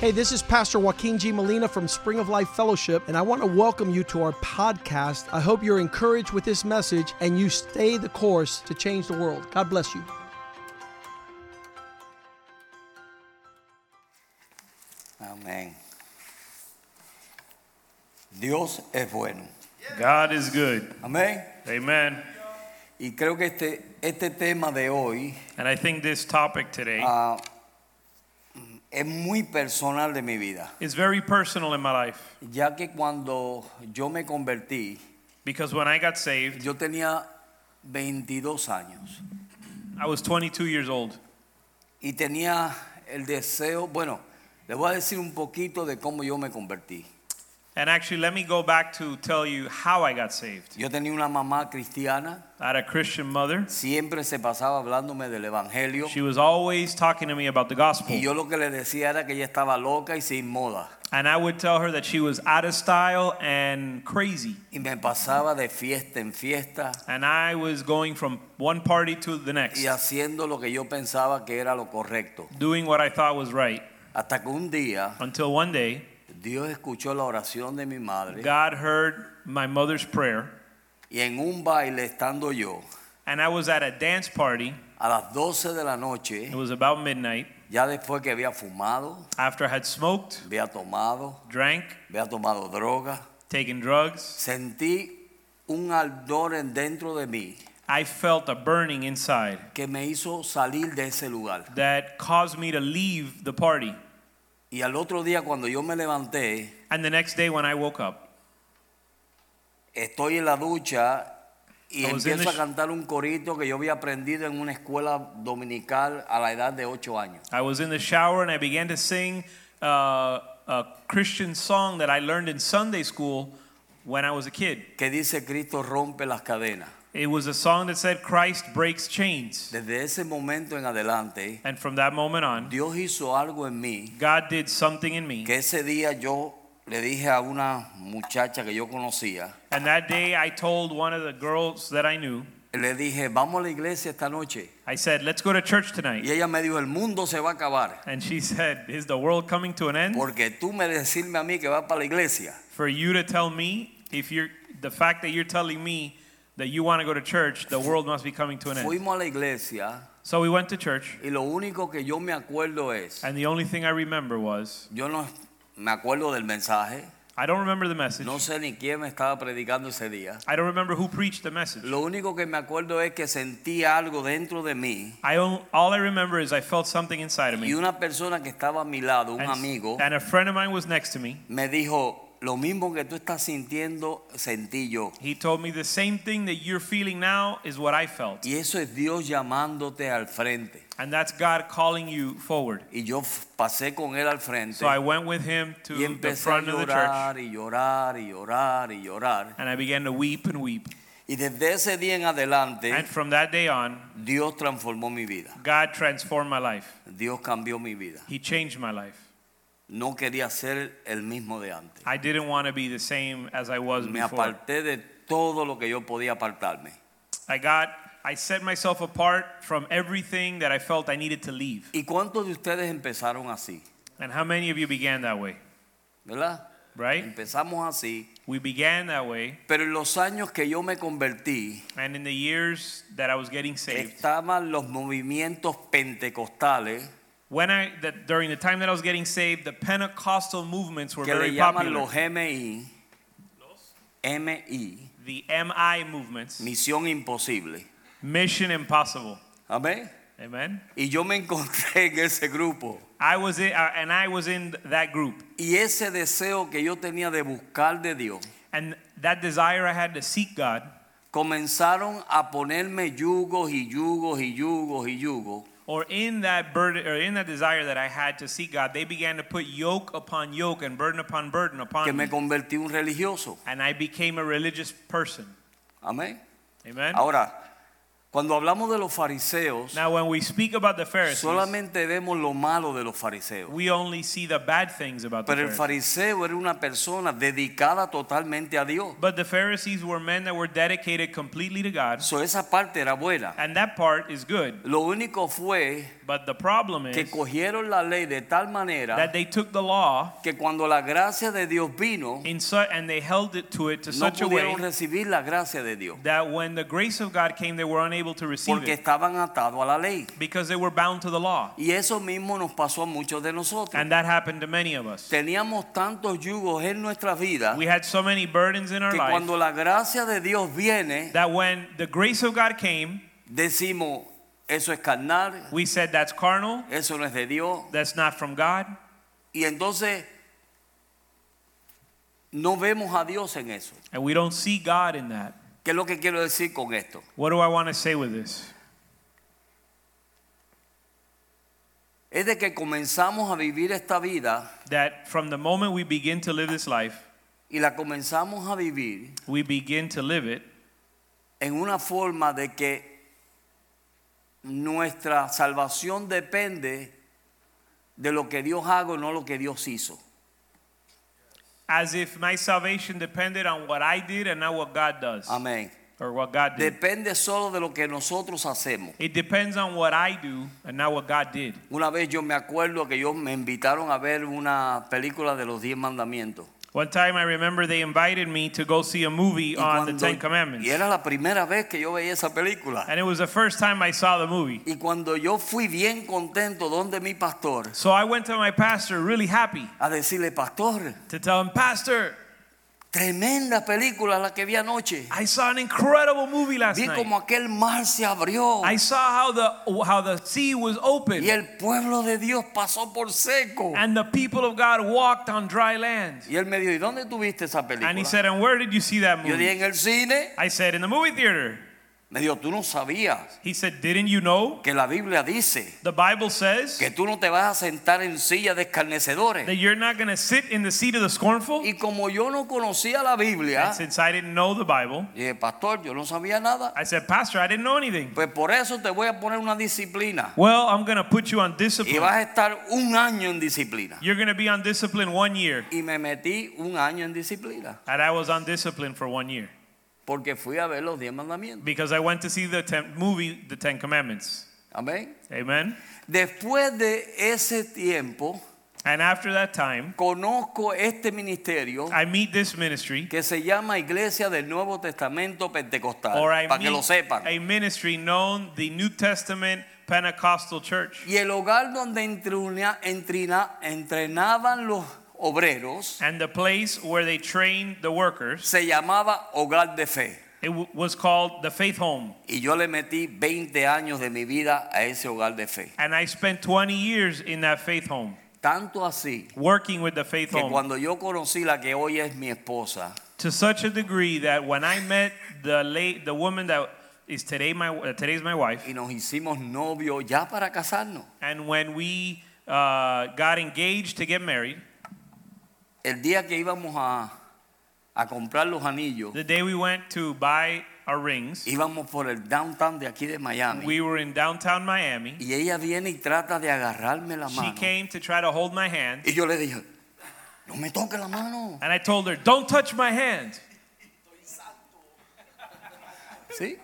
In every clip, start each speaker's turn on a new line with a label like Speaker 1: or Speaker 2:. Speaker 1: Hey, this is Pastor Joaquin G. Molina from Spring of Life Fellowship, and I want to welcome you to our podcast. I hope you're encouraged with this message and you stay the course to change the world. God bless you.
Speaker 2: Amén. Dios es bueno.
Speaker 3: God is good.
Speaker 2: Amén.
Speaker 3: Amen.
Speaker 2: Y creo que este, este tema de hoy
Speaker 3: And I think this topic today
Speaker 2: ah, es muy personal de mi vida.
Speaker 3: is very personal in my life
Speaker 2: Ya que cuando yo me convertí,
Speaker 3: because when I got saved,
Speaker 2: yo tenía 22 años
Speaker 3: I was 22 years old.
Speaker 2: y tenía el deseo, bueno, les voy a decir un poquito de cómo yo me convertí.
Speaker 3: And actually, let me go back to tell you how I got saved.
Speaker 2: Yo tenía una mamá cristiana,
Speaker 3: I had a Christian mother.
Speaker 2: siempre se pasaba hablándome del Evangelio
Speaker 3: She was always talking to me about the
Speaker 2: y yo
Speaker 3: gospel.
Speaker 2: lo que le decía era que ella estaba loca y sin moda.
Speaker 3: And I would tell her that she was out of style and crazy.
Speaker 2: Y me pasaba de fiesta en fiesta
Speaker 3: And I was going from one party to the next,
Speaker 2: y haciendo lo que yo pensaba que era lo correcto.
Speaker 3: doing what I thought was right.
Speaker 2: Hasta que un día
Speaker 3: Until one day,
Speaker 2: Dios escuchó la oración de mi madre
Speaker 3: God heard my mother's prayer.
Speaker 2: y en un baile estando yo,
Speaker 3: And I was at a dance party.
Speaker 2: a las 12 de la
Speaker 3: It
Speaker 2: noche,
Speaker 3: was about midnight.
Speaker 2: ya después que había fumado,
Speaker 3: After I had smoked,
Speaker 2: había tomado,
Speaker 3: drank,
Speaker 2: había tomado droga,
Speaker 3: taken drugs,
Speaker 2: sentí un ardor en dentro de mí
Speaker 3: I felt a burning inside
Speaker 2: que me hizo salir de ese lugar.
Speaker 3: that caused me to leave the party.
Speaker 2: Y al otro día cuando yo me levanté,
Speaker 3: And the next day when I woke up,
Speaker 2: Estoy en la ducha y
Speaker 3: I was in
Speaker 2: empiezo a
Speaker 3: the sh-
Speaker 2: cantar un corito que yo había aprendido en una escuela dominical a la edad de 8 años.
Speaker 3: I was in the shower and I began to sing uh, a Christian song that I learned in Sunday school when I was a kid.
Speaker 2: Que dice Cristo rompe las cadenas.
Speaker 3: It was a song that said, Christ breaks chains.
Speaker 2: Desde ese momento en adelante,
Speaker 3: And from that moment on,
Speaker 2: Dios hizo algo en mí
Speaker 3: God did something in me.
Speaker 2: que ese día yo le dije a una muchacha que yo conocía,
Speaker 3: And that day I told one of the girls that I knew,
Speaker 2: le dije, vamos a la iglesia esta noche.
Speaker 3: I said, let's go to church tonight.
Speaker 2: Y ella me dijo, el mundo se va a acabar.
Speaker 3: And she said, Is the world coming to an end?
Speaker 2: Porque tú me decirme a mí que vas para la iglesia,
Speaker 3: For you to tell me, if you're the fact that you're telling me that you want to go to church, the world must be coming to an end.
Speaker 2: fuimos a la iglesia
Speaker 3: So we went to church,
Speaker 2: y lo único que yo me acuerdo es...
Speaker 3: and the only thing I remember was
Speaker 2: Yo no me acuerdo del mensaje,
Speaker 3: I don't remember the message.
Speaker 2: no sé ni quién me estaba predicando ese día.
Speaker 3: I don't remember who preached the message.
Speaker 2: Lo único que me acuerdo es que sentía algo dentro de mí
Speaker 3: I on- all I remember is I felt something inside of
Speaker 2: y
Speaker 3: me.
Speaker 2: una persona que estaba a mi lado, un
Speaker 3: And,
Speaker 2: amigo,
Speaker 3: and a friend of mine was next to me.
Speaker 2: me dijo, lo mismo que tú estás sintiendo, sentí yo.
Speaker 3: He told me the same thing that you're feeling now is what I felt.
Speaker 2: Y eso es Dios llamándote al frente.
Speaker 3: And that's God calling you forward.
Speaker 2: Y yo f- pasé con él al frente
Speaker 3: So I went with him to
Speaker 2: y
Speaker 3: the
Speaker 2: empecé a
Speaker 3: front of the
Speaker 2: llorar
Speaker 3: church,
Speaker 2: y llorar y llorar y llorar.
Speaker 3: and I began to weep and weep.
Speaker 2: Y desde ese día en adelante,
Speaker 3: And from that day on,
Speaker 2: Dios transformó mi vida.
Speaker 3: God transformed my life.
Speaker 2: Dios cambió mi vida.
Speaker 3: He changed my life.
Speaker 2: no quería ser el mismo de antes.
Speaker 3: I didn't want to be the same as I was
Speaker 2: Me
Speaker 3: before.
Speaker 2: aparté de todo lo que yo podía apartarme.
Speaker 3: I got I set myself apart from everything that I felt I needed to leave.
Speaker 2: ¿Y cuántos de ustedes empezaron así?
Speaker 3: And how many of you began that way?
Speaker 2: ¿Verdad?
Speaker 3: Right?
Speaker 2: Empezamos así.
Speaker 3: We began that way,
Speaker 2: Pero en los años que yo me convertí,
Speaker 3: and in the years that I was getting saved,
Speaker 2: estaban los movimientos pentecostales
Speaker 3: when I that during the time that I was getting saved, the Pentecostal movements were
Speaker 2: que le
Speaker 3: very
Speaker 2: llaman
Speaker 3: popular.
Speaker 2: los MI, MI,
Speaker 3: The MI movements,
Speaker 2: Misión Imposible.
Speaker 3: Mission Impossible.
Speaker 2: Amén.
Speaker 3: Amen.
Speaker 2: Y yo me encontré en ese grupo.
Speaker 3: I was in, uh, and I was in that group.
Speaker 2: Y ese deseo que yo tenía de buscar de Dios,
Speaker 3: And that desire I had to seek God
Speaker 2: comenzaron a ponerme yugos y yugos y yugos y yugos
Speaker 3: or in that burden or in that desire that I had to seek God, they began to put yoke upon yoke and burden upon burden
Speaker 2: que
Speaker 3: upon me.
Speaker 2: me convertí un religioso.
Speaker 3: And I became a religious person.
Speaker 2: Amén.
Speaker 3: Amen.
Speaker 2: Ahora, Cuando hablamos de los fariseos,
Speaker 3: Now, when we speak about the Pharisees,
Speaker 2: solamente vemos lo malo de los fariseos.
Speaker 3: we only see the bad things about the
Speaker 2: Pero el
Speaker 3: Pharisees.
Speaker 2: fariseo era una persona dedicada totalmente a Dios.
Speaker 3: But the Pharisees were men that were dedicated completely to God,
Speaker 2: So, esa parte era buena.
Speaker 3: and that part is good.
Speaker 2: Lo único fue
Speaker 3: But the problem
Speaker 2: que
Speaker 3: is
Speaker 2: cogieron la ley de tal manera
Speaker 3: that they took the law
Speaker 2: que cuando la gracia de Dios vino,
Speaker 3: in su- and they held it to it to
Speaker 2: no
Speaker 3: such a way
Speaker 2: pudieron recibir la gracia de Dios
Speaker 3: that when the grace of God came, they were unable to receive
Speaker 2: porque
Speaker 3: it
Speaker 2: estaban atados a la ley.
Speaker 3: because they were bound to the law.
Speaker 2: Y eso mismo nos pasó a muchos de nosotros.
Speaker 3: And that happened to many of us.
Speaker 2: Teníamos tantos yugos en nuestra vida
Speaker 3: We had so many burdens in our
Speaker 2: que
Speaker 3: life
Speaker 2: cuando la gracia de Dios viene,
Speaker 3: that when the grace of God came,
Speaker 2: decimos, eso es carnal,
Speaker 3: we said that's carnal,
Speaker 2: eso no es de Dios.
Speaker 3: that's not from God,
Speaker 2: Y entonces no vemos a Dios en eso.
Speaker 3: and we don't see God in that.
Speaker 2: ¿Qué es lo que quiero decir con esto?
Speaker 3: What do I want to say with this?
Speaker 2: Es de que comenzamos a vivir esta vida
Speaker 3: That from the moment we begin to live this life,
Speaker 2: y la comenzamos a vivir
Speaker 3: we begin to live it
Speaker 2: en una forma de que nuestra salvación depende de lo que Dios haga o no lo que Dios hizo.
Speaker 3: as if my salvation depended on what I did and not what God does
Speaker 2: Amén.
Speaker 3: or what God did.
Speaker 2: Depende solo de lo que nosotros hacemos.
Speaker 3: It depends on what I do and not what God did.
Speaker 2: Una vez yo me acuerdo que yo me invitaron a ver una película de los diez mandamientos.
Speaker 3: One time I remember they invited me to go see a movie
Speaker 2: Y
Speaker 3: on Ah, the
Speaker 2: cuando-
Speaker 3: Ten Commandments. Eh.
Speaker 2: y era la primera vez que yo veía esa película.
Speaker 3: And it was the first time I saw the movie.
Speaker 2: Y cuando yo fui bien contento donde mi pastor
Speaker 3: So I went to my pastor really happy
Speaker 2: a decirle, pastor,
Speaker 3: to tell him, Pastor,
Speaker 2: tremenda película la que vi anoche.
Speaker 3: I saw an incredible movie last
Speaker 2: Vi como
Speaker 3: night.
Speaker 2: aquel mar se abrió
Speaker 3: I saw how the how the sea was open
Speaker 2: y el pueblo de Dios pasó por seco.
Speaker 3: and the people of God walked on dry land.
Speaker 2: Y él me dijo, ¿y dónde tuviste esa película?
Speaker 3: And he said, And where did you see that
Speaker 2: yo dije,
Speaker 3: movie?
Speaker 2: en el cine.
Speaker 3: I said, In the movie theater.
Speaker 2: Me dijo, tú no sabías
Speaker 3: He said, Didn't you know?
Speaker 2: que la Biblia dice
Speaker 3: The Bible says
Speaker 2: que tú no te vas a sentar en silla de
Speaker 3: that
Speaker 2: escarnecedores.
Speaker 3: you're not going to sit in the seat of the scornful.
Speaker 2: Y como yo no conocía la Biblia,
Speaker 3: And since I didn't know the Bible,
Speaker 2: dije, pastor, yo no sabía nada.
Speaker 3: I said, Pastor, I didn't know anything.
Speaker 2: Pues por eso te voy a poner una disciplina.
Speaker 3: Well, I'm going to put you on
Speaker 2: Y vas
Speaker 3: discipline.
Speaker 2: a estar un año en disciplina.
Speaker 3: You're going to be on discipline one year.
Speaker 2: Y me metí un año en disciplina.
Speaker 3: And I was on discipline for one year
Speaker 2: Porque fui a ver los diez mandamientos.
Speaker 3: because I went to see the ten, movie, The Ten Commandments.
Speaker 2: Amén.
Speaker 3: Amen.
Speaker 2: Después de ese tiempo,
Speaker 3: And after that time,
Speaker 2: conozco este ministerio
Speaker 3: I meet this ministry,
Speaker 2: que se llama Iglesia del Nuevo Testamento Pentecostal.
Speaker 3: or I
Speaker 2: Para que lo
Speaker 3: meet
Speaker 2: sepan.
Speaker 3: a ministry known the New Testament Pentecostal Church.
Speaker 2: Y el hogar donde entruna- entrina- entrenaban los obreros
Speaker 3: And the place where they trained the workers,
Speaker 2: se llamaba Hogar de Fe.
Speaker 3: it w- was called the Faith Home.
Speaker 2: Y yo le metí 20 años de mi vida a ese hogar de fe.
Speaker 3: And I spent 20 years in that Faith Home,
Speaker 2: Tanto así
Speaker 3: working with the Faith
Speaker 2: que
Speaker 3: Home,
Speaker 2: cuando yo conocí la que hoy es mi esposa,
Speaker 3: to such a degree that when I met the, late, the woman that is today my, uh, today's my wife,
Speaker 2: y nos hicimos novios ya para casarnos,
Speaker 3: And when we uh, got engaged to get married,
Speaker 2: el día que íbamos a, a comprar los anillos,
Speaker 3: the day we went to buy our rings,
Speaker 2: íbamos por el downtown de aquí de Miami.
Speaker 3: we were in downtown Miami.
Speaker 2: Y ella viene y trata de agarrarme la
Speaker 3: She
Speaker 2: mano.
Speaker 3: came to try to hold my hand,
Speaker 2: Y yo le dije, no me toque la mano.
Speaker 3: and I told her, Don't touch my hand.
Speaker 2: ¿Sí?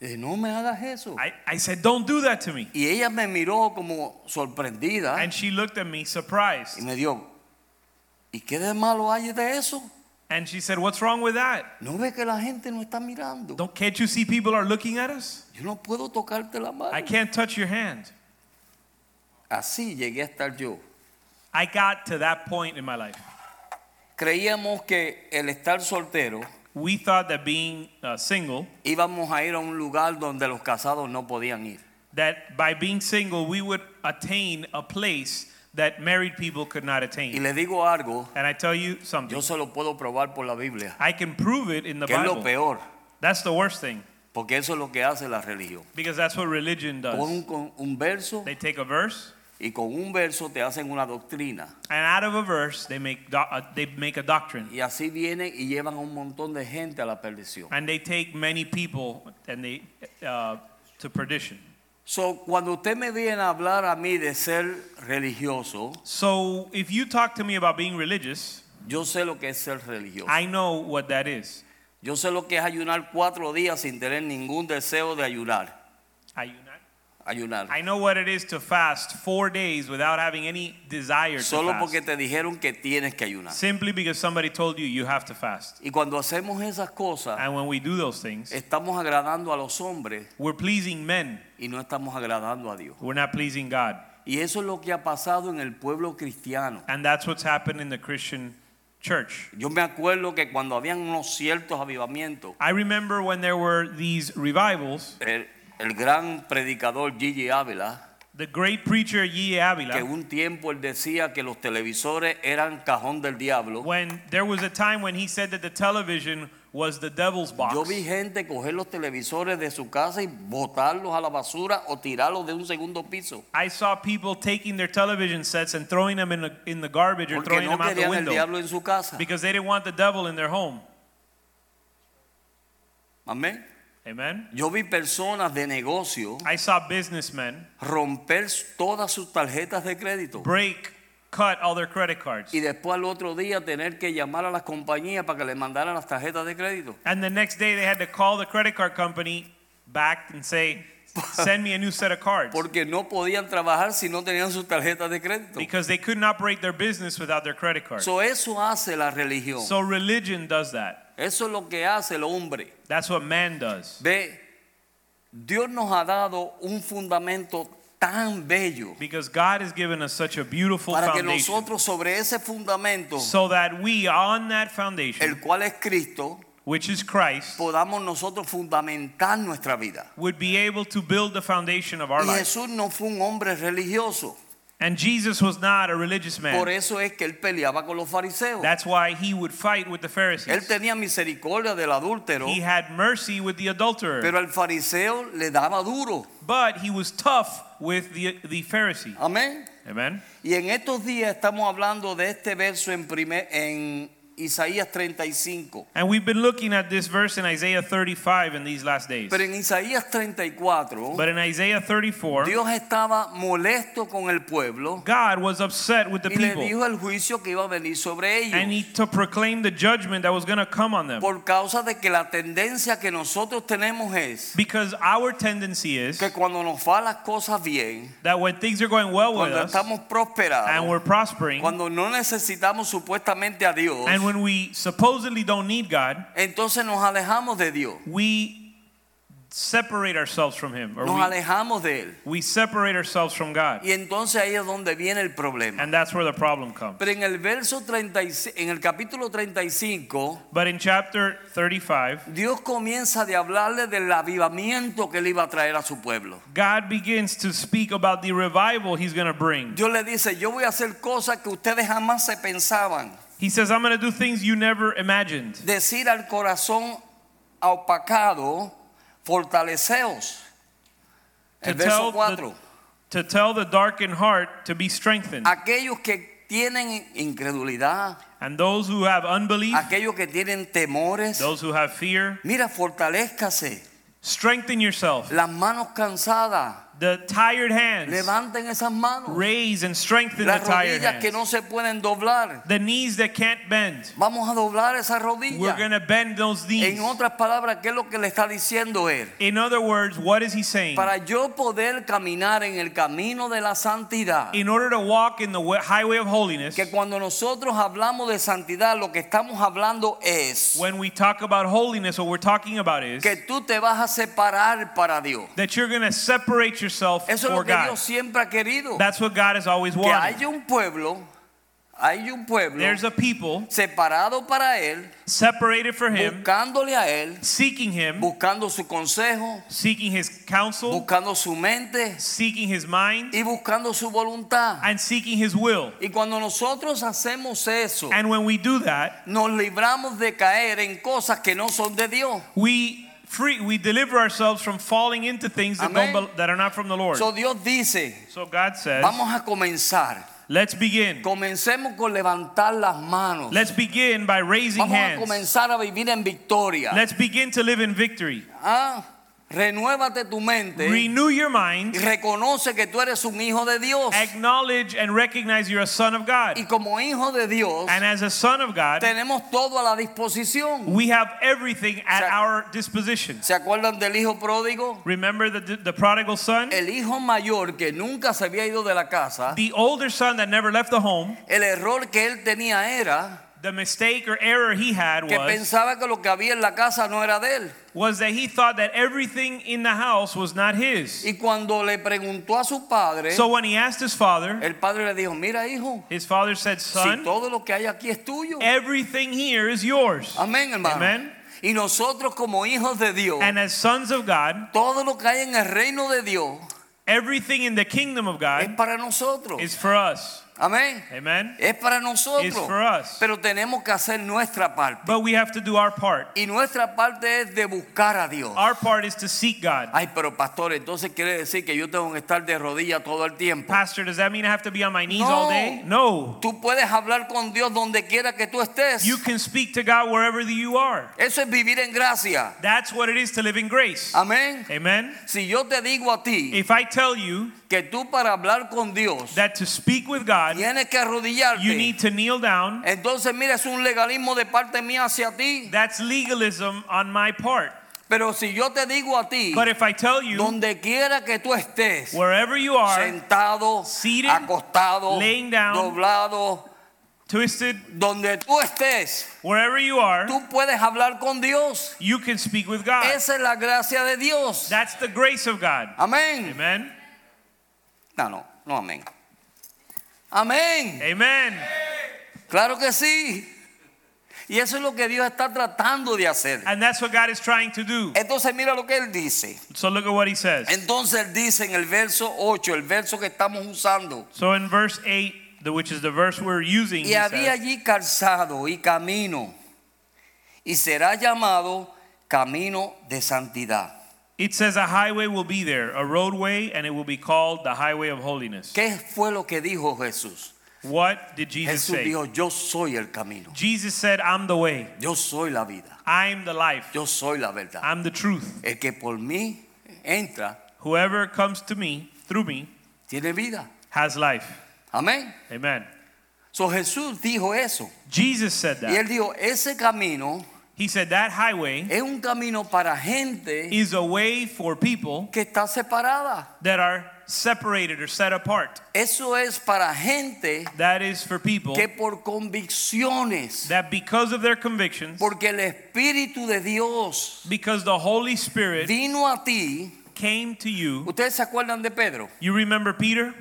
Speaker 2: Y dije, no me hagas eso.
Speaker 3: I, I said, Don't do that to me.
Speaker 2: Y ella me miró como sorprendida
Speaker 3: And she looked at me
Speaker 2: y
Speaker 3: surprised.
Speaker 2: me dijo, ¿y qué de malo hay de eso?
Speaker 3: And she said, What's wrong with that?
Speaker 2: ¿No ves que la gente no está mirando?
Speaker 3: Don't, can't you see people are looking at us?
Speaker 2: Yo no puedo tocarte la mano.
Speaker 3: I can't touch your hand.
Speaker 2: Así llegué a estar yo.
Speaker 3: I got to that point in my life.
Speaker 2: Creíamos que el estar soltero
Speaker 3: We thought that being uh, single,
Speaker 2: íbamos a ir a un lugar donde los casados no podían ir.
Speaker 3: that by being single we would attain a place that married people could not
Speaker 2: Y
Speaker 3: attain.
Speaker 2: le digo algo,
Speaker 3: And I tell you something.
Speaker 2: yo se lo puedo probar por la Biblia,
Speaker 3: I can prove it in the
Speaker 2: que es lo
Speaker 3: Bible.
Speaker 2: peor,
Speaker 3: That's the worst thing
Speaker 2: porque eso es lo que hace la religión.
Speaker 3: because that's what religion
Speaker 2: Pon
Speaker 3: does.
Speaker 2: un, con un verso
Speaker 3: They take a verse
Speaker 2: y con un verso te hacen una doctrina.
Speaker 3: and out of a verse they make do- uh, they make a doctrine
Speaker 2: Y así vienen y llevan a un montón de gente a la perdición.
Speaker 3: and they take many people and the, uh, to perdition.
Speaker 2: So, cuando usted me viene a hablar a mí de ser religioso,
Speaker 3: So if you talk to me about being religious,
Speaker 2: yo sé lo que es ser religioso.
Speaker 3: I know what that is.
Speaker 2: Yo sé lo que es ayunar cuatro días sin tener ningún deseo de ayunar.
Speaker 3: Are you not?
Speaker 2: Ayunar.
Speaker 3: I know what it is to fast four days without having any desire to
Speaker 2: Solo
Speaker 3: fast.
Speaker 2: porque te dijeron que tienes que ayunar.
Speaker 3: Simply because somebody told you you have to fast.
Speaker 2: Y cuando hacemos esas cosas,
Speaker 3: And when we do those things,
Speaker 2: estamos agradando a los hombres
Speaker 3: we're pleasing men.
Speaker 2: y no estamos agradando a Dios.
Speaker 3: We're not pleasing God.
Speaker 2: Y eso es lo que ha pasado en el pueblo cristiano.
Speaker 3: And that's what's happened in the Christian church.
Speaker 2: Yo me acuerdo que cuando habían unos ciertos avivamientos,
Speaker 3: I remember when there were these revivals,
Speaker 2: el, el gran predicador Gigi Ávila,
Speaker 3: the great preacher Ye
Speaker 2: que
Speaker 3: Avila,
Speaker 2: un tiempo él decía que los televisores eran cajón del diablo.
Speaker 3: when there was a time when he said that the television was the devil's
Speaker 2: Yo
Speaker 3: box.
Speaker 2: vi gente coger los televisores de su casa y botarlos a la basura o tirarlos de un segundo piso.
Speaker 3: I saw people taking their television sets and throwing them in the, in the garbage or
Speaker 2: Porque
Speaker 3: throwing
Speaker 2: no
Speaker 3: them out the
Speaker 2: querían el
Speaker 3: window
Speaker 2: diablo en su casa.
Speaker 3: because they didn't want the devil in their home.
Speaker 2: Amén.
Speaker 3: Amen.
Speaker 2: Yo vi personas de negocio
Speaker 3: I saw businessmen
Speaker 2: romper todas sus tarjetas de crédito
Speaker 3: break, cut all their credit cards.
Speaker 2: y después al otro día tener que llamar a las compañías para que le mandaran las tarjetas de crédito.
Speaker 3: And the next day they had to call the credit card company back and say, send me a new set of cards.
Speaker 2: Porque no podían trabajar si no tenían sus tarjetas de crédito.
Speaker 3: Because they couldn't operate their business without their credit card.
Speaker 2: So, eso hace la religión.
Speaker 3: So religion does that.
Speaker 2: eso es lo que hace el hombre.
Speaker 3: That's what man does.
Speaker 2: Ve, Dios nos ha dado un fundamento tan bello
Speaker 3: Because God has given us such a beautiful
Speaker 2: para que
Speaker 3: foundation.
Speaker 2: nosotros sobre ese fundamento,
Speaker 3: So that we, on that foundation,
Speaker 2: el cual es Cristo,
Speaker 3: which is Christ,
Speaker 2: podamos nosotros fundamentar nuestra vida.
Speaker 3: would be able to build the foundation of our
Speaker 2: Y
Speaker 3: life.
Speaker 2: Jesús no fue un hombre religioso.
Speaker 3: And Jesus was not a religious
Speaker 2: Por
Speaker 3: man.
Speaker 2: eso es que él peleaba con los fariseos.
Speaker 3: That's why he would fight with the
Speaker 2: Él
Speaker 3: Pharisees.
Speaker 2: tenía misericordia del adúltero,
Speaker 3: He had mercy with the adulterer,
Speaker 2: pero al fariseo le daba duro.
Speaker 3: but he was tough with the, the Pharisee.
Speaker 2: Amén.
Speaker 3: Amen.
Speaker 2: Y en estos días estamos hablando de este verso en, primer- en Isaías 35.
Speaker 3: And we've been looking at this verse in Isaiah 35 in these last days.
Speaker 2: Pero en Isaías 34,
Speaker 3: But in Isaiah 34,
Speaker 2: Dios estaba molesto con el pueblo
Speaker 3: God was upset with the
Speaker 2: y le
Speaker 3: people,
Speaker 2: dijo el juicio que iba a venir sobre
Speaker 3: and
Speaker 2: ellos
Speaker 3: he to proclaim the judgment that was going to come on them.
Speaker 2: por causa de que la tendencia que nosotros tenemos es
Speaker 3: Because our tendency is
Speaker 2: que cuando nos va las cosas bien,
Speaker 3: that when things are going well with
Speaker 2: cuando
Speaker 3: us
Speaker 2: estamos
Speaker 3: and
Speaker 2: prosperados,
Speaker 3: we're prospering,
Speaker 2: cuando no necesitamos supuestamente a Dios,
Speaker 3: and when we supposedly don't need God,
Speaker 2: entonces nos alejamos de Dios,
Speaker 3: we separate ourselves from Him, or
Speaker 2: nos
Speaker 3: we,
Speaker 2: alejamos de Él.
Speaker 3: we separate ourselves from God,
Speaker 2: Y entonces ahí es donde viene el problema.
Speaker 3: and that's where the problem comes.
Speaker 2: Pero en el verso 36, en el capítulo 35,
Speaker 3: But in chapter 35,
Speaker 2: Dios comienza de hablarle del avivamiento que él iba a traer a su pueblo.
Speaker 3: God begins to speak about the revival He's going to bring.
Speaker 2: Dios le dice, yo voy a hacer cosas que ustedes jamás se pensaban.
Speaker 3: He says, "I'm going to do things you never imagined."
Speaker 2: Decir al corazón opacado, fortaleceos. El
Speaker 3: To
Speaker 2: verso
Speaker 3: tell,
Speaker 2: 4.
Speaker 3: the, to tell the darkened heart to be strengthened,
Speaker 2: Aquellos que tienen incredulidad,
Speaker 3: and those who have unbelief,
Speaker 2: aquellos que tienen temores,
Speaker 3: those who have fear,
Speaker 2: mira, fortalezcase.
Speaker 3: strengthen yourself.
Speaker 2: Las manos cansadas,
Speaker 3: The tired hands,
Speaker 2: levanten esas manos.
Speaker 3: raise and strengthen the
Speaker 2: Las
Speaker 3: tired
Speaker 2: rodillas que
Speaker 3: hands.
Speaker 2: no se pueden doblar.
Speaker 3: The knees that can't bend,
Speaker 2: Vamos a doblar esas
Speaker 3: we're
Speaker 2: rodillas.
Speaker 3: going to bend those
Speaker 2: En
Speaker 3: knees.
Speaker 2: otras palabras, ¿qué es lo que le está diciendo él?
Speaker 3: In other words, what is he saying?
Speaker 2: Para yo poder caminar en el camino de la santidad,
Speaker 3: In order to walk in the wa- highway of holiness,
Speaker 2: que cuando nosotros hablamos de santidad, lo que estamos hablando es
Speaker 3: when we talk about holiness, what we're talking about is
Speaker 2: que tú te vas a separar para Dios.
Speaker 3: that you're going to separate yourself
Speaker 2: Eso es
Speaker 3: for
Speaker 2: lo que
Speaker 3: God.
Speaker 2: Dios siempre ha querido.
Speaker 3: That's what God has always
Speaker 2: Que
Speaker 3: wanted.
Speaker 2: haya un pueblo, hay un pueblo
Speaker 3: There's a people
Speaker 2: separado para Él,
Speaker 3: separated for Him,
Speaker 2: buscándole a Él,
Speaker 3: seeking Him,
Speaker 2: buscando su consejo,
Speaker 3: seeking His counsel,
Speaker 2: buscando su mente
Speaker 3: seeking His mind,
Speaker 2: y buscando su voluntad.
Speaker 3: and seeking His will.
Speaker 2: Y cuando nosotros hacemos eso,
Speaker 3: And when we do that,
Speaker 2: nos libramos de caer en cosas que no son de Dios.
Speaker 3: we free we deliver ourselves from falling into things that
Speaker 2: Amén.
Speaker 3: don't bel- that are not from the Lord.
Speaker 2: So Dios dice,
Speaker 3: So God says,
Speaker 2: vamos a comenzar.
Speaker 3: let's begin.
Speaker 2: Comencemos con levantar las manos.
Speaker 3: Let's begin by raising
Speaker 2: Vamos a
Speaker 3: hands.
Speaker 2: comenzar a vivir en victoria.
Speaker 3: Let's begin to live in victory.
Speaker 2: Ah, Renuévate tu mente
Speaker 3: Renew your
Speaker 2: y
Speaker 3: mind.
Speaker 2: reconoce que tú eres un hijo de Dios.
Speaker 3: Acknowledge and recognize you're a son of God.
Speaker 2: Y como hijo de Dios,
Speaker 3: And as a son of God,
Speaker 2: tenemos todo a la disposición.
Speaker 3: we have everything at
Speaker 2: Sa-
Speaker 3: our disposition.
Speaker 2: ¿Se acuerdan del hijo pródigo?
Speaker 3: Remember the, the prodigal son?
Speaker 2: El hijo mayor que nunca se había ido de la casa,
Speaker 3: The older son that never left the home,
Speaker 2: el error que él tenía era
Speaker 3: the mistake or error he had
Speaker 2: que
Speaker 3: was,
Speaker 2: pensaba que lo que había en la casa no era de él.
Speaker 3: was that he thought that everything in the house was not his.
Speaker 2: Y cuando le preguntó a su padre,
Speaker 3: So when he asked his father,
Speaker 2: el padre le dijo, mira hijo,
Speaker 3: his father said,
Speaker 2: Eh. si
Speaker 3: Son,
Speaker 2: todo lo que hay aquí es tuyo.
Speaker 3: everything here is yours.
Speaker 2: Amén, hermano.
Speaker 3: Amén.
Speaker 2: Y nosotros como hijos de Dios,
Speaker 3: And as sons of God,
Speaker 2: todo lo que hay en el reino de Dios
Speaker 3: everything in the kingdom
Speaker 2: es
Speaker 3: of God
Speaker 2: para nosotros.
Speaker 3: is for us.
Speaker 2: Amén.
Speaker 3: Amen.
Speaker 2: Es para
Speaker 3: It's
Speaker 2: nosotros.
Speaker 3: for us.
Speaker 2: Pero tenemos que hacer nuestra parte.
Speaker 3: But we have to do our part.
Speaker 2: Y nuestra parte es de buscar a Dios.
Speaker 3: Our part is to seek God.
Speaker 2: Ay, pero pastor, entonces quiere decir que yo tengo que estar de rodillas todo el tiempo.
Speaker 3: Pastor, does that mean I have to be on my knees
Speaker 2: No.
Speaker 3: all day? No.
Speaker 2: Tú puedes hablar con Dios donde quiera que tú estés.
Speaker 3: You can speak to God wherever you are.
Speaker 2: Eso es vivir en gracia.
Speaker 3: That's what it is to live in grace.
Speaker 2: Amén.
Speaker 3: Amen.
Speaker 2: Si yo te digo a ti
Speaker 3: If I tell you
Speaker 2: que tú para hablar con Dios
Speaker 3: that to speak with God,
Speaker 2: tienes que
Speaker 3: you
Speaker 2: arrodillarte,
Speaker 3: need to kneel down,
Speaker 2: entonces mira, es un legalismo de parte mía hacia ti.
Speaker 3: that's legalism on my part.
Speaker 2: Pero si yo te digo a ti,
Speaker 3: But if I tell you
Speaker 2: donde quiera que tú estés,
Speaker 3: wherever you are,
Speaker 2: sentado,
Speaker 3: seated,
Speaker 2: acostado,
Speaker 3: laying down,
Speaker 2: doblado,
Speaker 3: twisted,
Speaker 2: donde tú estés,
Speaker 3: wherever you are,
Speaker 2: tú puedes hablar con Dios.
Speaker 3: you can speak with God.
Speaker 2: Esa es la gracia de Dios.
Speaker 3: That's the grace of God.
Speaker 2: Amén.
Speaker 3: Amen.
Speaker 2: No, no, no, amén. Amén.
Speaker 3: Amen.
Speaker 2: Claro que sí. Y eso es lo que Dios está tratando de hacer.
Speaker 3: And that's what God is trying to do.
Speaker 2: Entonces mira lo que él dice.
Speaker 3: So look at what he says.
Speaker 2: Entonces él dice en el verso 8, el verso que estamos usando.
Speaker 3: So in verse 8, the, which is the verse we're using, he
Speaker 2: Y había
Speaker 3: says,
Speaker 2: allí calzado y camino. Y será llamado camino de santidad.
Speaker 3: it says, A highway will be there, a roadway, and it will be called the highway of holiness.
Speaker 2: ¿Qué fue lo que dijo Jesús?
Speaker 3: What did Jesus
Speaker 2: Jesús
Speaker 3: say?
Speaker 2: dijo, yo soy el camino.
Speaker 3: Jesus said, I'm the way,
Speaker 2: Yo soy la vida.
Speaker 3: I'm the life,
Speaker 2: Yo soy la verdad.
Speaker 3: I'm the truth.
Speaker 2: El que por mí entra
Speaker 3: Whoever comes to me through me
Speaker 2: tiene vida.
Speaker 3: has life.
Speaker 2: Amén.
Speaker 3: Amen.
Speaker 2: So Jesús dijo eso.
Speaker 3: Jesus said
Speaker 2: Y
Speaker 3: that.
Speaker 2: él dijo, ese camino
Speaker 3: He said, That highway
Speaker 2: es un camino para gente
Speaker 3: is a way for people
Speaker 2: que está separada.
Speaker 3: that are separated or set apart.
Speaker 2: Eso es para gente
Speaker 3: That is for people
Speaker 2: que por convicciones,
Speaker 3: that because of their convictions,
Speaker 2: porque el Espíritu de Dios
Speaker 3: because the Holy Spirit
Speaker 2: vino a ti.
Speaker 3: came to you
Speaker 2: ¿Ustedes se acuerdan de Pedro?
Speaker 3: You remember Peter?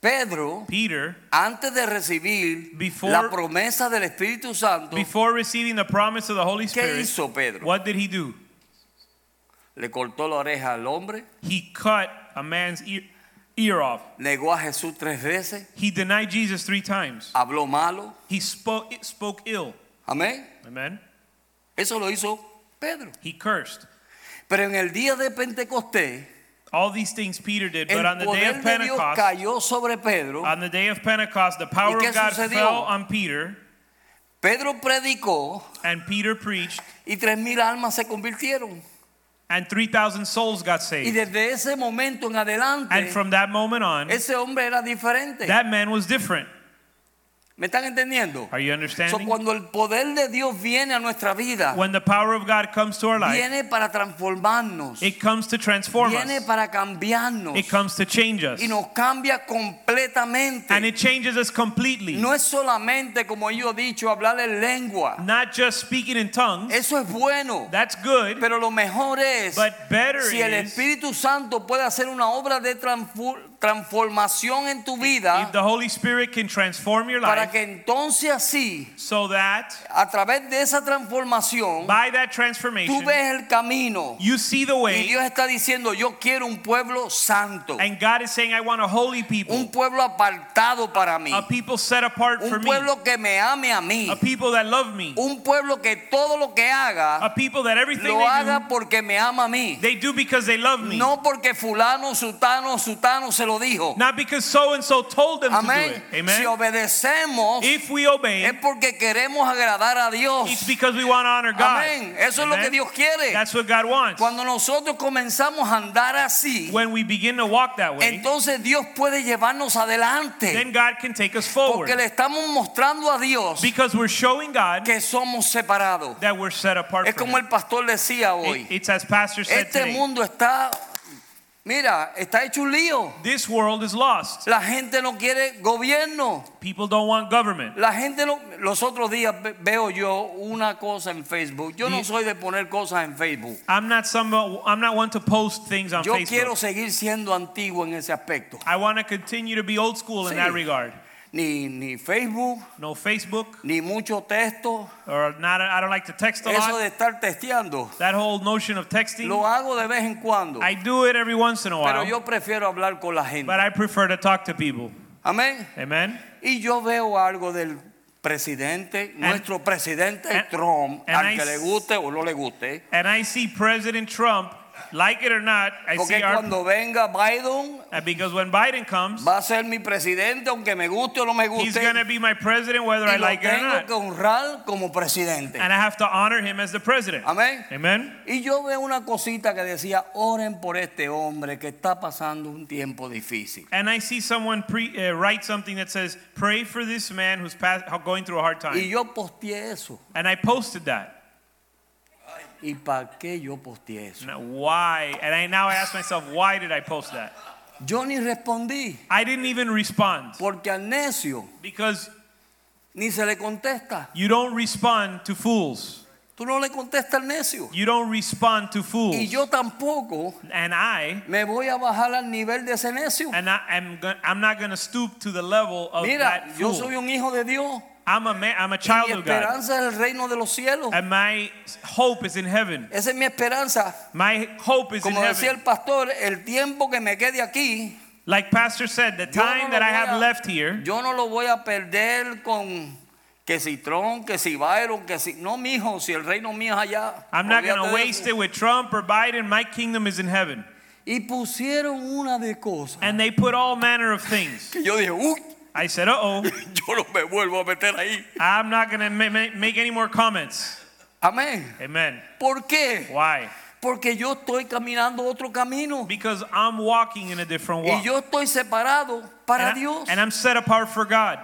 Speaker 2: Pedro,
Speaker 3: Peter,
Speaker 2: antes de recibir
Speaker 3: Before-
Speaker 2: la promesa del Espíritu Santo,
Speaker 3: Oh. before receiving the promise of the Holy
Speaker 2: ¿qué
Speaker 3: Spirit,
Speaker 2: hizo Pedro?
Speaker 3: what did he do?
Speaker 2: Le cortó la oreja al hombre,
Speaker 3: He cut a man's ear, ear off.
Speaker 2: negó a Jesús tres veces,
Speaker 3: He denied Jesus three times.
Speaker 2: habló malo.
Speaker 3: He spoke, spoke ill.
Speaker 2: Amén.
Speaker 3: Amen.
Speaker 2: Eso lo hizo Pedro.
Speaker 3: He cursed.
Speaker 2: Pero en el día de Pentecostés,
Speaker 3: All these things Peter did,
Speaker 2: el
Speaker 3: but on the day
Speaker 2: poder de
Speaker 3: of
Speaker 2: Dios
Speaker 3: Pentecost,
Speaker 2: cayó sobre Pedro.
Speaker 3: on the day of Pentecost, the power
Speaker 2: ¿Y qué
Speaker 3: of God
Speaker 2: sucedió?
Speaker 3: fell on Peter,
Speaker 2: Pedro predicó
Speaker 3: and Peter preached,
Speaker 2: y tres mil almas se convirtieron.
Speaker 3: and 3,000 souls got
Speaker 2: Y
Speaker 3: saved.
Speaker 2: desde ese momento en
Speaker 3: And
Speaker 2: adelante,
Speaker 3: from that moment on,
Speaker 2: ese hombre era diferente.
Speaker 3: that man was different.
Speaker 2: ¿Me están entendiendo?
Speaker 3: Are you
Speaker 2: So,
Speaker 3: understanding?
Speaker 2: cuando el poder de Dios viene a nuestra vida,
Speaker 3: When the power of God comes to our life,
Speaker 2: viene para transformarnos,
Speaker 3: It comes to transform
Speaker 2: viene
Speaker 3: us.
Speaker 2: para cambiarnos
Speaker 3: It comes to change us.
Speaker 2: y nos cambia
Speaker 3: And
Speaker 2: completamente.
Speaker 3: it changes us completely.
Speaker 2: No es solamente, como yo he dicho, hablar en lengua.
Speaker 3: Not just speaking in tongues.
Speaker 2: Eso es bueno.
Speaker 3: That's good.
Speaker 2: Pero lo mejor es
Speaker 3: But better
Speaker 2: si el
Speaker 3: is
Speaker 2: Espíritu Santo puede hacer una obra de transfu- transformación en tu vida
Speaker 3: if the Holy Spirit can transform your
Speaker 2: para
Speaker 3: life
Speaker 2: que entonces así,
Speaker 3: so that
Speaker 2: a través de esa transformación,
Speaker 3: by that
Speaker 2: tú
Speaker 3: transformation
Speaker 2: ves el camino.
Speaker 3: you see the
Speaker 2: Y
Speaker 3: way
Speaker 2: Dios está diciendo, yo quiero un pueblo santo,
Speaker 3: and God is saying I want a holy
Speaker 2: un
Speaker 3: people,
Speaker 2: pueblo apartado para mí,
Speaker 3: a people set apart for
Speaker 2: un
Speaker 3: me,
Speaker 2: pueblo que me ame a mí,
Speaker 3: a people that love me,
Speaker 2: un pueblo que todo lo que
Speaker 3: a
Speaker 2: haga,
Speaker 3: people that everything
Speaker 2: lo
Speaker 3: they
Speaker 2: haga porque me ama a mí.
Speaker 3: do they do because they love me.
Speaker 2: No porque fulano, sutano, sutano se lo dijo.
Speaker 3: Not because so and so told them to
Speaker 2: Amén.
Speaker 3: do it. Amen.
Speaker 2: Si obedecemos
Speaker 3: if we obey,
Speaker 2: es porque queremos agradar a
Speaker 3: it's
Speaker 2: Dios.
Speaker 3: because we want to honor God.
Speaker 2: Amén. Eso es lo
Speaker 3: Amen.
Speaker 2: que Dios quiere.
Speaker 3: That's what God wants.
Speaker 2: Cuando nosotros comenzamos a andar así,
Speaker 3: when we begin to walk that way,
Speaker 2: entonces Dios puede llevarnos adelante.
Speaker 3: then God can take us forward.
Speaker 2: Porque le estamos mostrando a Dios
Speaker 3: Because we're showing God
Speaker 2: que somos separados.
Speaker 3: that we're set apart
Speaker 2: Es
Speaker 3: from
Speaker 2: como el pastor decía
Speaker 3: Him.
Speaker 2: hoy.
Speaker 3: It- It's as Pastor said
Speaker 2: Este
Speaker 3: today,
Speaker 2: mundo está, mira, está hecho un lío.
Speaker 3: this world is lost.
Speaker 2: La gente no quiere gobierno.
Speaker 3: People don't want government.
Speaker 2: La gente no. Los otros días ve- veo yo una cosa en Facebook. Yo no
Speaker 3: Di-
Speaker 2: soy de poner cosas en Facebook.
Speaker 3: I'm not some. I'm not one to post things on
Speaker 2: Yo
Speaker 3: Facebook.
Speaker 2: quiero seguir siendo antiguo en ese aspecto.
Speaker 3: I want to continue to be old school in
Speaker 2: Sí.
Speaker 3: that regard.
Speaker 2: Ni, ni Facebook,
Speaker 3: No Facebook,
Speaker 2: ni mucho texto.
Speaker 3: or not. I don't like to text a
Speaker 2: Eso
Speaker 3: lot.
Speaker 2: de estar testeando.
Speaker 3: That whole notion of texting.
Speaker 2: Lo hago de vez en cuando.
Speaker 3: I do it every once in a
Speaker 2: Pero
Speaker 3: while,
Speaker 2: yo prefiero hablar con la gente.
Speaker 3: but I prefer to talk to people.
Speaker 2: Amén.
Speaker 3: Amen.
Speaker 2: Y yo veo algo del presidente, nuestro presidente
Speaker 3: and-
Speaker 2: Trump,
Speaker 3: and
Speaker 2: al
Speaker 3: I
Speaker 2: que le
Speaker 3: s-
Speaker 2: guste o no le guste.
Speaker 3: And I see President Trump, like it or not, I
Speaker 2: Porque
Speaker 3: see our
Speaker 2: cuando venga Biden,
Speaker 3: Uh, Because when Biden comes,
Speaker 2: va a ser mi presidente, aunque me guste o no me
Speaker 3: he's
Speaker 2: guste.
Speaker 3: going to be my president whether I
Speaker 2: y lo
Speaker 3: like it or
Speaker 2: tengo que
Speaker 3: not.
Speaker 2: honrar como presidente.
Speaker 3: And I have to honor him as the president.
Speaker 2: Amén.
Speaker 3: Amen.
Speaker 2: Y yo veo una cosita que decía, oren por este hombre que está pasando un tiempo difícil.
Speaker 3: And I see someone pre, uh, write something that says, pray for this man who's pass, going through a hard
Speaker 2: Y
Speaker 3: time.
Speaker 2: yo posteé eso.
Speaker 3: And I posted that.
Speaker 2: ¿Y para qué yo posteé eso?
Speaker 3: And why? And I now I ask myself, why did I post that?
Speaker 2: Yo ni respondí,
Speaker 3: I didn't even respond
Speaker 2: porque al necio
Speaker 3: because
Speaker 2: ni se le contesta.
Speaker 3: you don't respond to fools.
Speaker 2: Tú no le contestas al necio.
Speaker 3: You don't respond to fools.
Speaker 2: Y yo tampoco
Speaker 3: and I,
Speaker 2: me voy a bajar al nivel de ese necio.
Speaker 3: and I am, go- I'm not going to stoop to the level of
Speaker 2: Mira,
Speaker 3: that
Speaker 2: yo
Speaker 3: fool.
Speaker 2: soy un hijo de Dios.
Speaker 3: I'm a man, I'm a
Speaker 2: Mi
Speaker 3: child of God.
Speaker 2: esperanza es el reino de los cielos.
Speaker 3: And my hope is in heaven.
Speaker 2: Esa es mi esperanza.
Speaker 3: My hope is in
Speaker 2: Como decía
Speaker 3: heaven.
Speaker 2: el pastor, el tiempo que me quede aquí,
Speaker 3: Like Pastor said, the
Speaker 2: Yo no
Speaker 3: time
Speaker 2: lo
Speaker 3: that I
Speaker 2: voy a-
Speaker 3: have left here,
Speaker 2: yo no lo voy a perder con que si Tron, que si Byron, que si... No, mijo, si el reino mío es allá.
Speaker 3: I'm not
Speaker 2: olvídate
Speaker 3: going to
Speaker 2: de
Speaker 3: waste
Speaker 2: eso.
Speaker 3: it with Trump or Biden. My kingdom is in heaven.
Speaker 2: Y pusieron una de cosas.
Speaker 3: And they put all manner of things.
Speaker 2: Que yo dije, uy,
Speaker 3: I said, uh oh,
Speaker 2: yo no me vuelvo a meter ahí.
Speaker 3: I'm not going to ma- ma- make any more comments.
Speaker 2: Amén.
Speaker 3: Amen.
Speaker 2: ¿Por qué?
Speaker 3: Why?
Speaker 2: Porque yo estoy caminando otro camino.
Speaker 3: Because I'm walking in a different
Speaker 2: Y
Speaker 3: walk.
Speaker 2: yo estoy separado para
Speaker 3: And, I,
Speaker 2: Dios.
Speaker 3: and I'm set apart for God.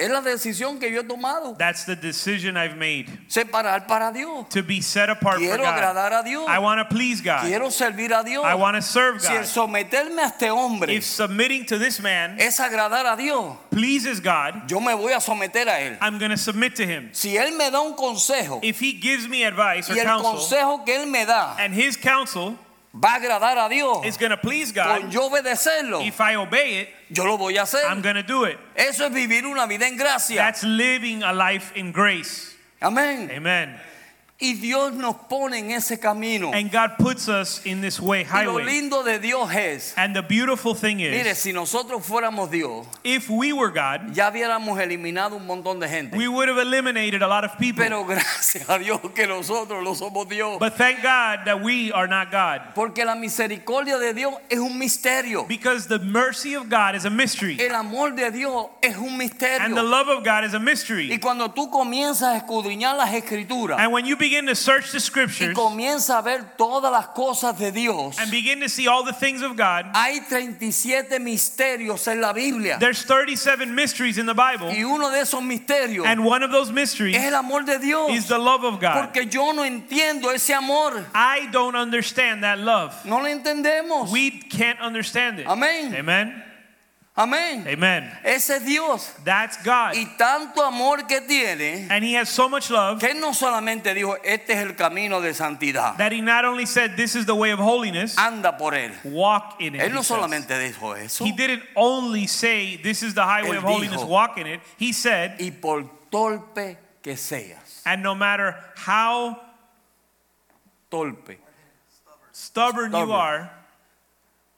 Speaker 2: Es la decisión que yo he tomado.
Speaker 3: That's the decision I've made
Speaker 2: Separar para Dios.
Speaker 3: to be set apart for
Speaker 2: Quiero
Speaker 3: God.
Speaker 2: agradar a Dios.
Speaker 3: I want to please God.
Speaker 2: Quiero servir a Dios.
Speaker 3: I want to serve
Speaker 2: Si el
Speaker 3: God.
Speaker 2: someterme a este hombre
Speaker 3: If submitting to this man
Speaker 2: es agradar a Dios,
Speaker 3: pleases God,
Speaker 2: yo me voy a someter a él.
Speaker 3: I'm going to submit to him.
Speaker 2: Si él me da un consejo
Speaker 3: If he gives me advice or
Speaker 2: y el
Speaker 3: counsel,
Speaker 2: consejo que él me da
Speaker 3: and his counsel
Speaker 2: va a agradar a Dios,
Speaker 3: is going to please
Speaker 2: con
Speaker 3: God,
Speaker 2: yo obedecerlo,
Speaker 3: if I obey it,
Speaker 2: yo lo voy a hacer.
Speaker 3: I'm going to do it.
Speaker 2: Eso es vivir una vida en gracia.
Speaker 3: That's living a life in grace. Eh.
Speaker 2: Amén.
Speaker 3: Amen.
Speaker 2: Y Dios nos pone en ese camino.
Speaker 3: And God puts us in this way,
Speaker 2: Y lo
Speaker 3: highway.
Speaker 2: lindo de Dios es,
Speaker 3: And the beautiful thing
Speaker 2: mire,
Speaker 3: is,
Speaker 2: si nosotros fuéramos Dios,
Speaker 3: if we were God,
Speaker 2: ya hubiéramos eliminado un montón de gente.
Speaker 3: we would have eliminated a lot of people.
Speaker 2: Pero gracias a Dios que nosotros no somos Dios.
Speaker 3: But thank God that we are not God.
Speaker 2: Porque la misericordia de Dios es un misterio.
Speaker 3: Because the mercy of God is a mystery,
Speaker 2: El amor de Dios es un
Speaker 3: and the
Speaker 2: misterio.
Speaker 3: love of God is a mystery.
Speaker 2: Y cuando tú comienzas a escudriñar las escrituras
Speaker 3: And when you begin to search the
Speaker 2: y
Speaker 3: scriptures
Speaker 2: comienzas a ver todas las cosas de Dios,
Speaker 3: and begin to see all the things of God,
Speaker 2: hay 37 misterios en la Biblia.
Speaker 3: there's 37 mysteries in the Bible.
Speaker 2: Y uno de esos misterios
Speaker 3: And one of those mysteries
Speaker 2: es el amor de Dios.
Speaker 3: is the love of God.
Speaker 2: Porque yo no entiendo ese amor.
Speaker 3: I don't understand that love.
Speaker 2: No lo entendemos.
Speaker 3: We can't understand it.
Speaker 2: Amén.
Speaker 3: Amen.
Speaker 2: Amén.
Speaker 3: Amen.
Speaker 2: Ese es Dios.
Speaker 3: That's God.
Speaker 2: Y tanto amor que tiene,
Speaker 3: And he has so much love
Speaker 2: que él no solamente dijo, este es el camino de santidad.
Speaker 3: that he not only said this is the way of holiness,
Speaker 2: Anda por él.
Speaker 3: walk in it.
Speaker 2: Ah. Él
Speaker 3: he
Speaker 2: no
Speaker 3: says.
Speaker 2: solamente dijo eso.
Speaker 3: He didn't only say this is the highway
Speaker 2: Él
Speaker 3: of holiness,
Speaker 2: dijo-
Speaker 3: walk in it. He said,
Speaker 2: Y por torpe que seas,
Speaker 3: and no matter how
Speaker 2: torpe,
Speaker 3: stubborn
Speaker 2: Stubborn.
Speaker 3: you are,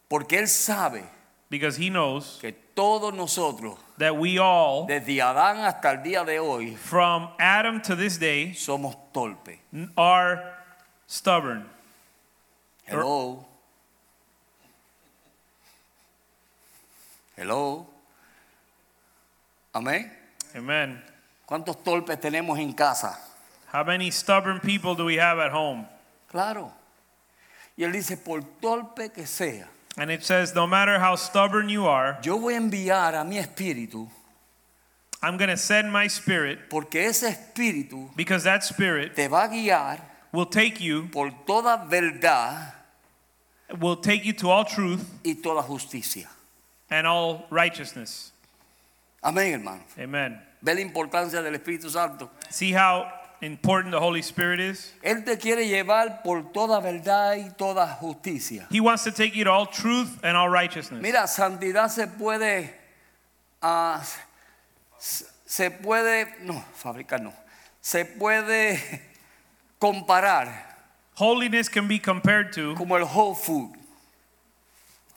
Speaker 2: porque él sabe
Speaker 3: because he knows
Speaker 2: que todos nosotros,
Speaker 3: that we all,
Speaker 2: desde Adán hasta el día de hoy,
Speaker 3: from Adam to this day,
Speaker 2: somos torpe.
Speaker 3: n- are stubborn.
Speaker 2: Hello. Er- Hello. Amén.
Speaker 3: Amen.
Speaker 2: ¿Cuántos torpes tenemos en casa?
Speaker 3: How many stubborn people do we have at home?
Speaker 2: Claro. Y él dice, por torpe que sea,
Speaker 3: And it says, no matter how stubborn you are,
Speaker 2: yo voy a enviar a mi espíritu,
Speaker 3: I'm going to send my spirit
Speaker 2: porque ese espíritu
Speaker 3: because that spirit
Speaker 2: te va a guiar
Speaker 3: will take you,
Speaker 2: por toda verdad
Speaker 3: will take you to all truth
Speaker 2: y toda justicia.
Speaker 3: and all righteousness.
Speaker 2: Amén, hermano.
Speaker 3: Amen.
Speaker 2: Ve la importancia del Espíritu Santo.
Speaker 3: See how important the Holy Spirit is?
Speaker 2: Él te quiere llevar por toda verdad y toda justicia.
Speaker 3: He wants to take you to all truth and all righteousness.
Speaker 2: Mira, santidad se puede, ah, se- se puede, no, fabricar no, se puede comparar
Speaker 3: Holiness can be compared to
Speaker 2: como el whole food.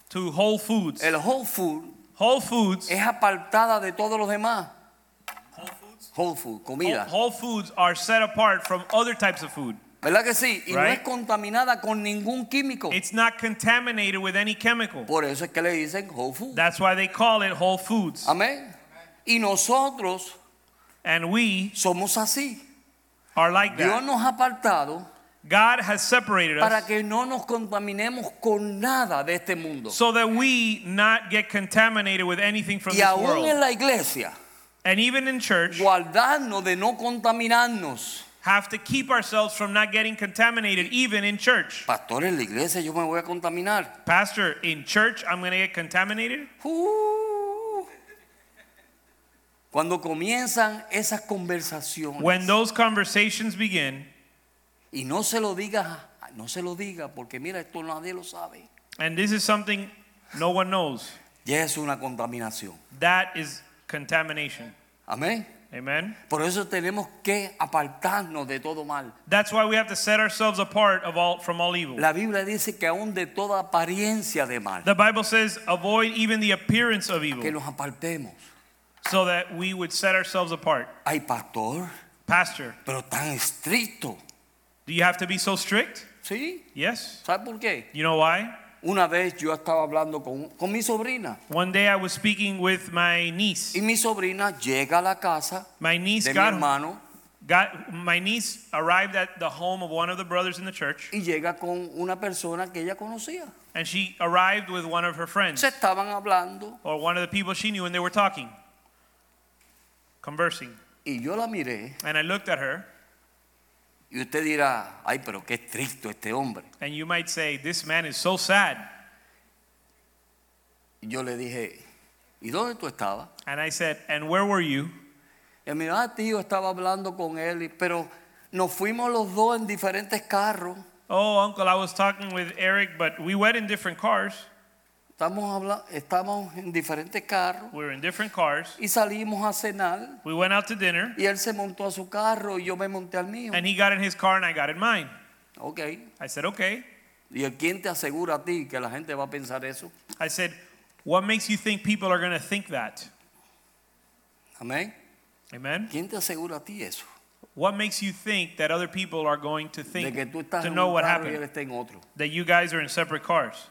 Speaker 3: to whole foods.
Speaker 2: El whole food
Speaker 3: Whole foods
Speaker 2: es apartada de todos los demás. Whole food,
Speaker 3: whole,
Speaker 2: comida.
Speaker 3: whole foods are set apart from other types of food.
Speaker 2: ¿Verdad que sí? Y no
Speaker 3: Right.
Speaker 2: es contaminada con ningún químico.
Speaker 3: It's not contaminated with any chemical.
Speaker 2: Por eso es que le dicen whole food.
Speaker 3: That's why they call it whole foods.
Speaker 2: Amén. Y nosotros
Speaker 3: And we
Speaker 2: somos así.
Speaker 3: are like
Speaker 2: Dios
Speaker 3: that.
Speaker 2: nos ha apartado
Speaker 3: God has separated
Speaker 2: para
Speaker 3: us
Speaker 2: que no nos contaminemos con nada de este mundo.
Speaker 3: so that we not get contaminated with anything from
Speaker 2: Y
Speaker 3: this
Speaker 2: aún en
Speaker 3: world.
Speaker 2: la iglesia,
Speaker 3: And even in church,
Speaker 2: guardarnos de no contaminarnos.
Speaker 3: have to keep ourselves from not getting contaminated even in church.
Speaker 2: Pastor, en la iglesia yo me voy a contaminar.
Speaker 3: Pastor, in church I'm going to get contaminated?
Speaker 2: Uh. Cuando comienzan esas conversaciones
Speaker 3: When those conversations begin,
Speaker 2: y no se lo digas, no se lo diga porque mira, esto nadie lo sabe.
Speaker 3: and this is something no one knows,
Speaker 2: Ya es una contaminación.
Speaker 3: that is contamination.
Speaker 2: Amén.
Speaker 3: Amen.
Speaker 2: Por eso tenemos que apartarnos de todo mal.
Speaker 3: That's why we have to set ourselves apart of all from all evil.
Speaker 2: La Biblia dice que aún de toda apariencia de mal,
Speaker 3: The Bible says, avoid even the appearance of
Speaker 2: que
Speaker 3: evil,
Speaker 2: nos apartemos.
Speaker 3: so that we would set ourselves apart.
Speaker 2: Ay, pastor,
Speaker 3: Pastor,
Speaker 2: pero tan estricto.
Speaker 3: do you have to be so strict?
Speaker 2: ¿Sí?
Speaker 3: Yes.
Speaker 2: ¿Sabes por qué?
Speaker 3: You know why?
Speaker 2: Una vez yo estaba hablando con, con mi sobrina
Speaker 3: One day I was speaking with my niece.
Speaker 2: y mi sobrina llega a la casa
Speaker 3: My niece
Speaker 2: de mi
Speaker 3: got
Speaker 2: hermano
Speaker 3: Got, my niece arrived at the home of one of the brothers in the church,
Speaker 2: y llega con una persona que ella conocía.
Speaker 3: and she arrived with one of her friends
Speaker 2: Se estaban hablando
Speaker 3: or one of the people she knew, and they were talking, conversing.
Speaker 2: y yo la miré
Speaker 3: And I looked at her,
Speaker 2: y usted dirá, ay, pero qué estricto este hombre.
Speaker 3: and you might say, This man is so sad.
Speaker 2: Y yo le dije, ¿y dónde tú estabas?
Speaker 3: And I said, And where were you?
Speaker 2: Y él me dijo, ah, tío, estaba hablando con él, y- pero nos fuimos los dos en diferentes carros.
Speaker 3: Oh, uncle, I was talking with Eric, but we went in different cars.
Speaker 2: Estamos, habla- estamos en diferentes carros
Speaker 3: We were in different cars.
Speaker 2: y salimos a cenar
Speaker 3: We went out to dinner,
Speaker 2: y él se montó a su carro y yo me monté al mío.
Speaker 3: and he got in his car, and I got in mine.
Speaker 2: Ok.
Speaker 3: I said, Okay.
Speaker 2: ¿Y quién te asegura a ti que la gente va a pensar eso?
Speaker 3: I said, What makes you think people are going to think that?
Speaker 2: Amén.
Speaker 3: Amen.
Speaker 2: ¿Quién te asegura a ti eso?
Speaker 3: What makes you think that other people are going to
Speaker 2: De
Speaker 3: think
Speaker 2: que tú estás
Speaker 3: to
Speaker 2: en
Speaker 3: know
Speaker 2: un
Speaker 3: what
Speaker 2: carro y él
Speaker 3: happened?
Speaker 2: está en otro.
Speaker 3: That you guys are in separate cars.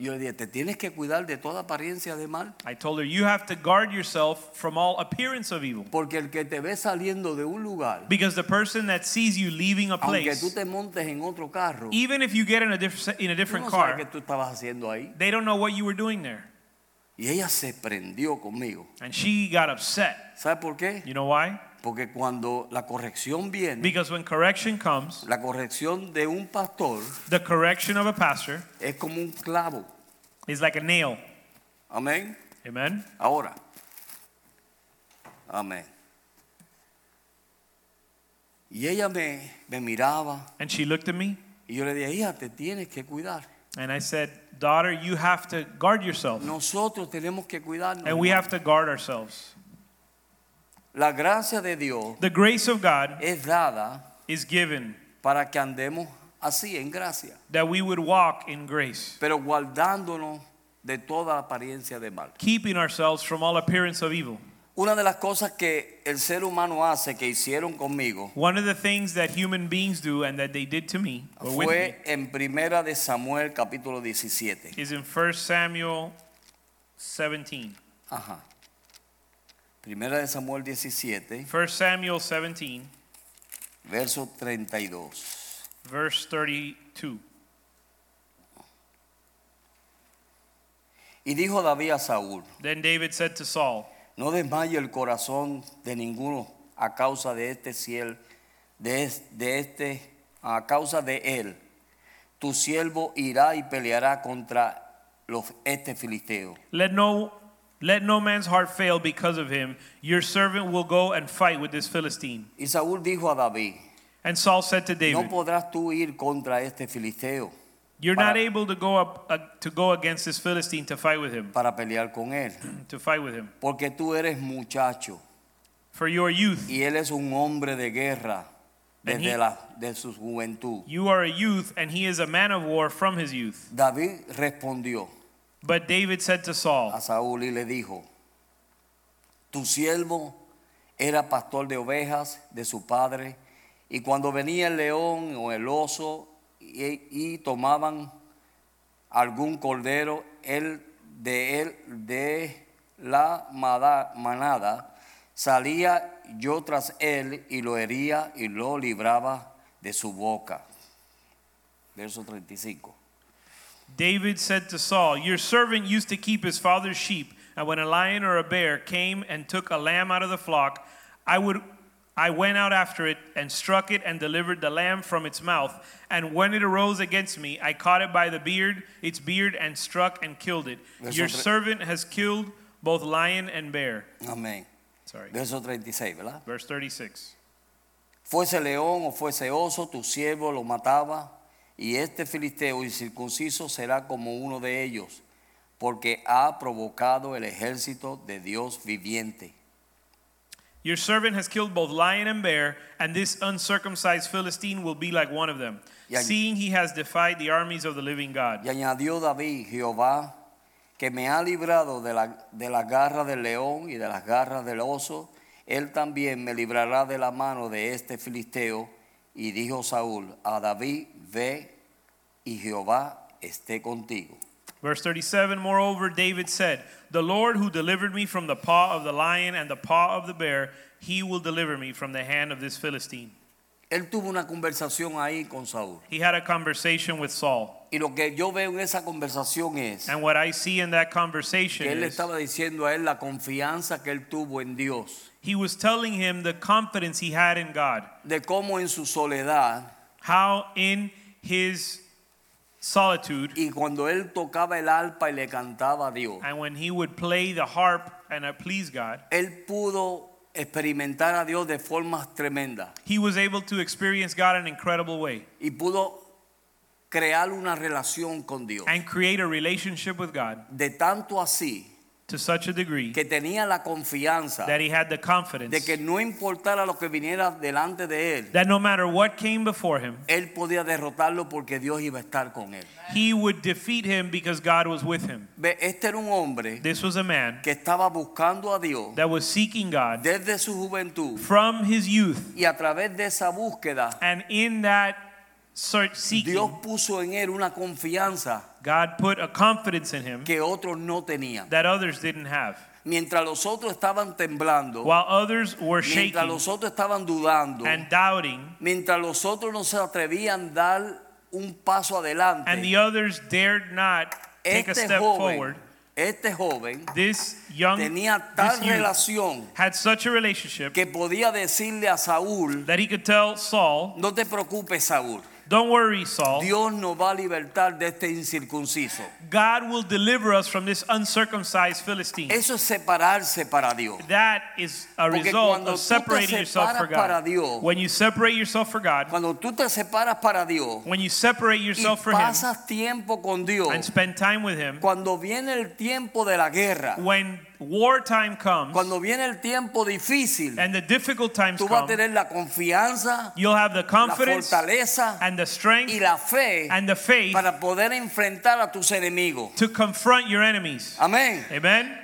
Speaker 2: Y yo le dije, te tienes que cuidar de toda apariencia de mal,
Speaker 3: I told her you have to guard yourself from all appearance of evil.
Speaker 2: porque el que te ve saliendo de un lugar,
Speaker 3: Because the person that sees you leaving a
Speaker 2: aunque tú
Speaker 3: place,
Speaker 2: te montes en otro carro, tú
Speaker 3: even if you get in a different in a different
Speaker 2: no sabes qué
Speaker 3: car,
Speaker 2: tú estabas haciendo ahí.
Speaker 3: they don't know what you were doing there.
Speaker 2: Y ella se prendió conmigo.
Speaker 3: And she got upset.
Speaker 2: ¿Sabes por qué?
Speaker 3: You know why?
Speaker 2: Porque cuando la corrección viene,
Speaker 3: Because when correction comes,
Speaker 2: la corrección de un pastor
Speaker 3: the correction of a pastor
Speaker 2: es como un clavo.
Speaker 3: is like a nail.
Speaker 2: Amén.
Speaker 3: Amen.
Speaker 2: Ahora. Amén. Y ella me, me miraba
Speaker 3: And she looked at me
Speaker 2: y yo le dije, hija, te tienes que cuidar.
Speaker 3: and I said, "Daughter, you have to guard yourself."
Speaker 2: Nosotros tenemos que cuidarnos.
Speaker 3: And we
Speaker 2: hermano.
Speaker 3: have to guard ourselves.
Speaker 2: La gracia de Dios
Speaker 3: The grace of God
Speaker 2: es dada
Speaker 3: is given
Speaker 2: para que andemos así, en gracia,
Speaker 3: that we would walk in grace,
Speaker 2: pero guardándonos de toda apariencia de mal.
Speaker 3: keeping ourselves from all appearance of evil.
Speaker 2: Una de las cosas que el ser humano hace, que hicieron conmigo,
Speaker 3: One of the things that human beings do and that they did to me or with me
Speaker 2: fue en Primera de Samuel capítulo 17.
Speaker 3: is in 1 Samuel 17.
Speaker 2: Ajá. Primera de Samuel 17,
Speaker 3: 1 Samuel 17,
Speaker 2: verso 32.
Speaker 3: verse 32.
Speaker 2: Y dijo David a Saúl,
Speaker 3: Then David said to Saul,
Speaker 2: no desmaye el corazón de ninguno a causa de este ciel, de, es- de este, a causa de él. Tu siervo irá y peleará contra los, este filisteo.
Speaker 3: Let no let no man's heart fail because of him. Your servant will go and fight with this Philistine.
Speaker 2: Y Saúl dijo a David,
Speaker 3: And Saul said to
Speaker 2: no
Speaker 3: David,
Speaker 2: podrás tú ir contra este filisteo
Speaker 3: You're not
Speaker 2: para-
Speaker 3: able to go up uh, to go against this Philistine to fight with him,
Speaker 2: para pelear con él,
Speaker 3: to fight with him.
Speaker 2: porque tú eres muchacho
Speaker 3: For your youth,
Speaker 2: y él es un hombre de guerra
Speaker 3: And
Speaker 2: desde
Speaker 3: he-
Speaker 2: la, de su juventud.
Speaker 3: you are a youth and he is a man of war from his youth.
Speaker 2: David respondió
Speaker 3: But David said to
Speaker 2: a
Speaker 3: Saul,
Speaker 2: Saúl y le dijo, tu siervo era pastor de ovejas de su padre, y cuando venía el león o el oso y, y tomaban algún cordero, él de él de la mada- manada salía yo tras él y lo hería y lo libraba de su boca. Verso 35.
Speaker 3: David said to Saul, Your servant used to keep his father's sheep, and when a lion or a bear came and took a lamb out of the flock, I would I went out after it and struck it and delivered the lamb from its mouth. And when it arose against me, I caught it by the beard, its beard, and struck and killed it.
Speaker 2: Verso
Speaker 3: Your
Speaker 2: tre-
Speaker 3: servant has killed both lion and bear.
Speaker 2: Amén.
Speaker 3: Sorry.
Speaker 2: Verso 36, ¿verdad?
Speaker 3: Verse 36.
Speaker 2: Fuese león o fuese oso, tu siervo lo mataba, y este filisteo incircunciso será como uno de ellos, porque ha provocado el ejército de Dios viviente.
Speaker 3: Your servant has killed both lion and bear, and this uncircumcised Philistine will be like one of them,
Speaker 2: Ya-
Speaker 3: seeing he has defied the armies of the living God.
Speaker 2: Y añadió David, Jehová, que me ha librado de la, de la garra del león y de las garras del oso, él también me librará de la mano de este filisteo. Y dijo Saúl a David, ve y Jehová esté contigo.
Speaker 3: Verse 37 Moreover, David said, The Lord who delivered me from the paw of the lion and the paw of the bear, he will deliver me from the hand of this Philistine.
Speaker 2: Él tuvo una conversación ahí con Saúl.
Speaker 3: He had a conversation with Saul.
Speaker 2: Y lo que yo veo en esa conversación es
Speaker 3: And what I see in that conversation
Speaker 2: que él le
Speaker 3: is
Speaker 2: estaba diciendo a él la confianza que él tuvo en Dios,
Speaker 3: he was telling him the confidence he had in God,
Speaker 2: de cómo en su soledad
Speaker 3: how in his solitude
Speaker 2: y cuando él tocaba el arpa y le cantaba a Dios,
Speaker 3: And when he would play the harp and uh, please God,
Speaker 2: él pudo experimentar a Dios de formas tremendas
Speaker 3: he was able to experience God in an incredible way
Speaker 2: y pudo crear una relación con Dios.
Speaker 3: and create a relationship with God
Speaker 2: De tanto así
Speaker 3: to such a degree
Speaker 2: que tenía la confianza
Speaker 3: that he had the confidence
Speaker 2: de que no importara lo que viniera delante de él,
Speaker 3: that no matter what came before him,
Speaker 2: él podía derrotarlo porque Dios iba a estar con él.
Speaker 3: he would defeat him because God was with him.
Speaker 2: Ve, Este era un hombre
Speaker 3: This was a man
Speaker 2: que estaba buscando a Dios
Speaker 3: that was seeking God
Speaker 2: desde su juventud
Speaker 3: from his youth.
Speaker 2: y a través de esa búsqueda
Speaker 3: And in that search
Speaker 2: Dios
Speaker 3: seeking,
Speaker 2: puso en él una confianza
Speaker 3: God put a confidence in him
Speaker 2: que otros no tenían.
Speaker 3: that others didn't have.
Speaker 2: Mientras los otros estaban temblando,
Speaker 3: While others were
Speaker 2: mientras
Speaker 3: shaking
Speaker 2: los otros estaban dudando,
Speaker 3: and doubting,
Speaker 2: mientras los otros no se atrevían a dar un paso
Speaker 3: and the
Speaker 2: adelante,
Speaker 3: others dared not take a
Speaker 2: este
Speaker 3: step forward.
Speaker 2: joven, este joven
Speaker 3: This young
Speaker 2: tenía
Speaker 3: this
Speaker 2: tal
Speaker 3: youth
Speaker 2: relación
Speaker 3: had such a relationship
Speaker 2: que podía decirle a Saúl,
Speaker 3: that he could tell Saul,
Speaker 2: no te preocupes Saúl,
Speaker 3: "Don't worry, Saul.
Speaker 2: Dios nos va a libertar de este incircunciso.
Speaker 3: God will deliver us from this uncircumcised Philistine."
Speaker 2: Eso es separarse para Dios.
Speaker 3: That is a
Speaker 2: Porque
Speaker 3: result
Speaker 2: cuando tú
Speaker 3: of
Speaker 2: te
Speaker 3: separating yourself
Speaker 2: separas
Speaker 3: for
Speaker 2: para
Speaker 3: God.
Speaker 2: Dios,
Speaker 3: when you separate yourself for God,
Speaker 2: Cuando tú te separas para Dios
Speaker 3: when you separate
Speaker 2: y
Speaker 3: yourself for Him
Speaker 2: pasas tiempo con Dios,
Speaker 3: and spend time with Him,
Speaker 2: cuando viene el tiempo de la guerra,
Speaker 3: when wartime comes
Speaker 2: cuando viene el tiempo difícil,
Speaker 3: and the difficult times
Speaker 2: tú vas a
Speaker 3: come,
Speaker 2: tener la confianza,
Speaker 3: you'll have the
Speaker 2: la
Speaker 3: confidence
Speaker 2: fortaleza
Speaker 3: and the
Speaker 2: y
Speaker 3: strength
Speaker 2: la fe
Speaker 3: and the faith
Speaker 2: para poder enfrentar a tus enemigos.
Speaker 3: to confront your enemies.
Speaker 2: Amén.
Speaker 3: Amen.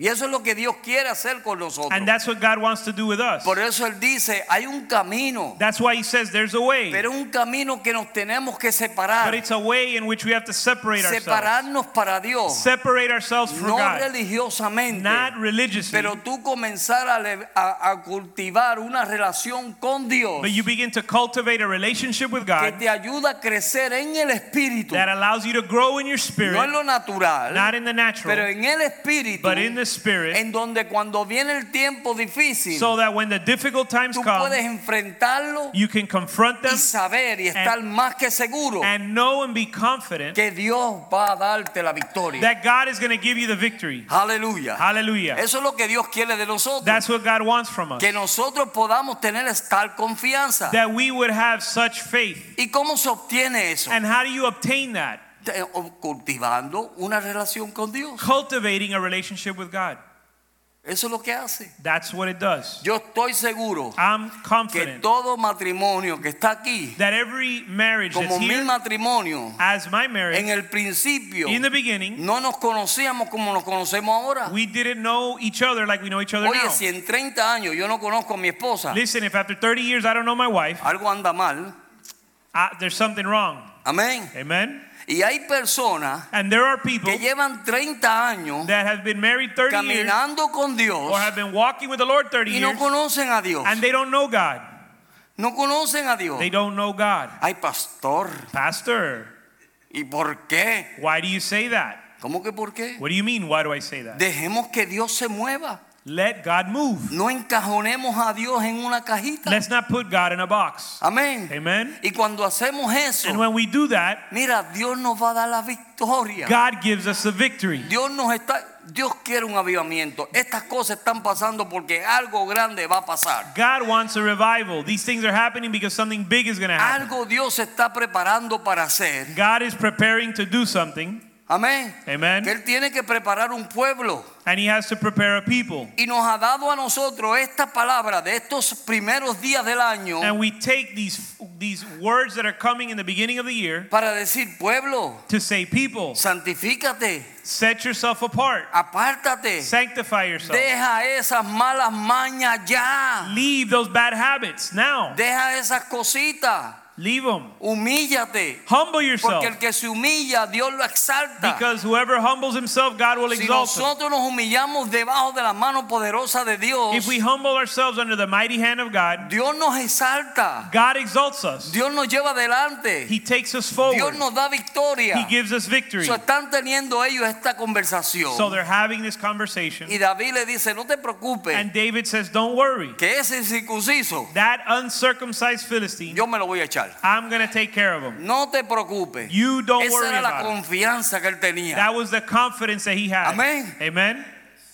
Speaker 2: Y eso es lo que Dios quiere hacer con nosotros.
Speaker 3: And that's what God wants to do with us.
Speaker 2: Por eso Él dice, hay un camino,
Speaker 3: That's why He says there's a way.
Speaker 2: pero un camino que nos tenemos que
Speaker 3: But
Speaker 2: separar.
Speaker 3: it's a way in which we have to separate ourselves.
Speaker 2: Separarnos para Dios,
Speaker 3: Separate ourselves from
Speaker 2: no
Speaker 3: God.
Speaker 2: religiosamente,
Speaker 3: Not religiously.
Speaker 2: pero tú comenzar a, le- a- a cultivar una relación con Dios
Speaker 3: But you begin to cultivate a relationship with
Speaker 2: que
Speaker 3: God
Speaker 2: te ayuda a crecer en el espíritu,
Speaker 3: that allows you to grow in your
Speaker 2: no en
Speaker 3: spirit,
Speaker 2: lo natural,
Speaker 3: not in the
Speaker 2: pero
Speaker 3: natural,
Speaker 2: en el espíritu,
Speaker 3: but in the spirit,
Speaker 2: en donde cuando viene el tiempo difícil,
Speaker 3: so that when the difficult times
Speaker 2: tú
Speaker 3: come,
Speaker 2: puedes enfrentarlo
Speaker 3: you can confront them
Speaker 2: y saber y estar más que seguro
Speaker 3: and know and be confident
Speaker 2: que Dios va a darte la victoria.
Speaker 3: that God is going to give you the victory.
Speaker 2: Aleluya.
Speaker 3: Hallelujah.
Speaker 2: Eso es lo que Dios quiere de nosotros.
Speaker 3: That's what God wants from us.
Speaker 2: Que nosotros podamos tener tal confianza.
Speaker 3: That we would have such faith.
Speaker 2: ¿Y cómo se obtiene eso?
Speaker 3: And how do you obtain that?
Speaker 2: Te- o- Cultivando una relación con Dios.
Speaker 3: Cultivating a relationship with God.
Speaker 2: Eso es lo que hace.
Speaker 3: That's what it does.
Speaker 2: Yo estoy seguro
Speaker 3: I'm
Speaker 2: que
Speaker 3: confident
Speaker 2: todo matrimonio que está aquí,
Speaker 3: that every marriage that's
Speaker 2: como mi
Speaker 3: here,
Speaker 2: matrimonio,
Speaker 3: as my
Speaker 2: en
Speaker 3: marriage,
Speaker 2: el principio
Speaker 3: in the beginning,
Speaker 2: no nos conocíamos como nos conocemos ahora.
Speaker 3: we didn't know each other like we know each other
Speaker 2: Oye,
Speaker 3: now.
Speaker 2: si en 30 años yo no conozco a mi esposa,
Speaker 3: Listen, if after 30 years I don't know my wife,
Speaker 2: algo anda mal.
Speaker 3: I, there's something wrong.
Speaker 2: Amén.
Speaker 3: Amen?
Speaker 2: Y hay personas
Speaker 3: And there are people
Speaker 2: que llevan 30 años
Speaker 3: that have been married 30 years
Speaker 2: caminando con Dios
Speaker 3: or have been walking with the Lord 30
Speaker 2: y no
Speaker 3: years
Speaker 2: conocen a Dios.
Speaker 3: and they don't know God.
Speaker 2: No conocen a Dios.
Speaker 3: They don't know God.
Speaker 2: Ay, pastor,
Speaker 3: Pastor,
Speaker 2: ¿y por qué?
Speaker 3: why do you say that?
Speaker 2: ¿Cómo que por qué?
Speaker 3: What do you mean, why do I say that?
Speaker 2: Dejemos que Dios se mueva.
Speaker 3: Let God move.
Speaker 2: No encajonemos a Dios en una cajita.
Speaker 3: Let's not put God in a box.
Speaker 2: Amén.
Speaker 3: Amen?
Speaker 2: Y cuando hacemos eso,
Speaker 3: And when we do that,
Speaker 2: mira, Dios nos va a dar la victoria.
Speaker 3: God gives us the victory.
Speaker 2: Dios nos está, Dios quiere un avivamiento. Estas cosas están pasando porque algo grande va a pasar.
Speaker 3: God wants a revival. These things are happening because something big is going to happen.
Speaker 2: Algo Dios se está preparando para hacer.
Speaker 3: God is preparing to do something.
Speaker 2: Amén. Que
Speaker 3: Amen?
Speaker 2: él tiene que preparar un pueblo
Speaker 3: And He has to prepare a people.
Speaker 2: y nos ha dado a nosotros esta palabra de estos primeros días del año
Speaker 3: And we take these, these words that are coming in the beginning of the year
Speaker 2: para decir, pueblo,
Speaker 3: to say, people,
Speaker 2: santifícate,
Speaker 3: set yourself apart,
Speaker 2: apártate,
Speaker 3: sanctify yourself.
Speaker 2: deja esas malas mañas ya,
Speaker 3: Leave those bad habits now.
Speaker 2: deja esas cositas,
Speaker 3: Leave them.
Speaker 2: humíllate,
Speaker 3: Humble yourself.
Speaker 2: porque el que se humilla, Dios lo exalta.
Speaker 3: Because whoever humbles himself, God will
Speaker 2: Si
Speaker 3: exalt him.
Speaker 2: nosotros nos humillamos debajo de la mano poderosa de Dios,
Speaker 3: If we humble ourselves under the mighty hand of God,
Speaker 2: Dios nos exalta,
Speaker 3: God exalts us.
Speaker 2: Dios nos lleva adelante,
Speaker 3: He takes us
Speaker 2: Dios
Speaker 3: forward.
Speaker 2: nos da victoria.
Speaker 3: He gives us victory.
Speaker 2: So, están teniendo ellos esta conversación.
Speaker 3: So they're having this conversation.
Speaker 2: y David le dice, no te preocupes,
Speaker 3: And David says, Don't worry.
Speaker 2: que ese incircunciso
Speaker 3: That uncircumcised Philistine,
Speaker 2: yo me lo voy a echar.
Speaker 3: I'm going to take care of him.
Speaker 2: No te preocupes.
Speaker 3: You don't
Speaker 2: Esa
Speaker 3: worry
Speaker 2: era la
Speaker 3: about it.
Speaker 2: confianza que él tenía.
Speaker 3: That was the confidence that he had.
Speaker 2: Amén.
Speaker 3: Amen.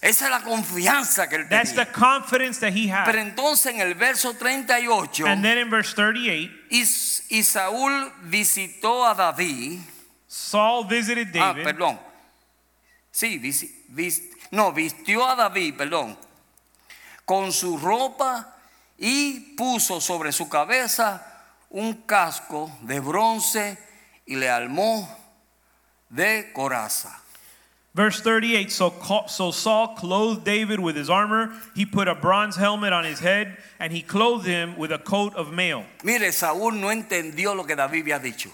Speaker 2: Esa es la confianza que él
Speaker 3: That's the
Speaker 2: tenía.
Speaker 3: confidence that he
Speaker 2: Pero
Speaker 3: had.
Speaker 2: entonces en el verso 38,
Speaker 3: And then in verse 38,
Speaker 2: Is- y Saúl visitó a David.
Speaker 3: Saul visited
Speaker 2: Ah,
Speaker 3: David.
Speaker 2: perdón. Sí, visi- vis- no, vistió a David, perdón, con su ropa y puso sobre su cabeza un casco de bronce y le armó de coraza.
Speaker 3: Verse 38 so, Ca- so Saul clothed David with his armor. He put a bronze helmet on his head, and he clothed him with a coat of mail.
Speaker 2: Mire, Saúl no entendió lo que David había dicho.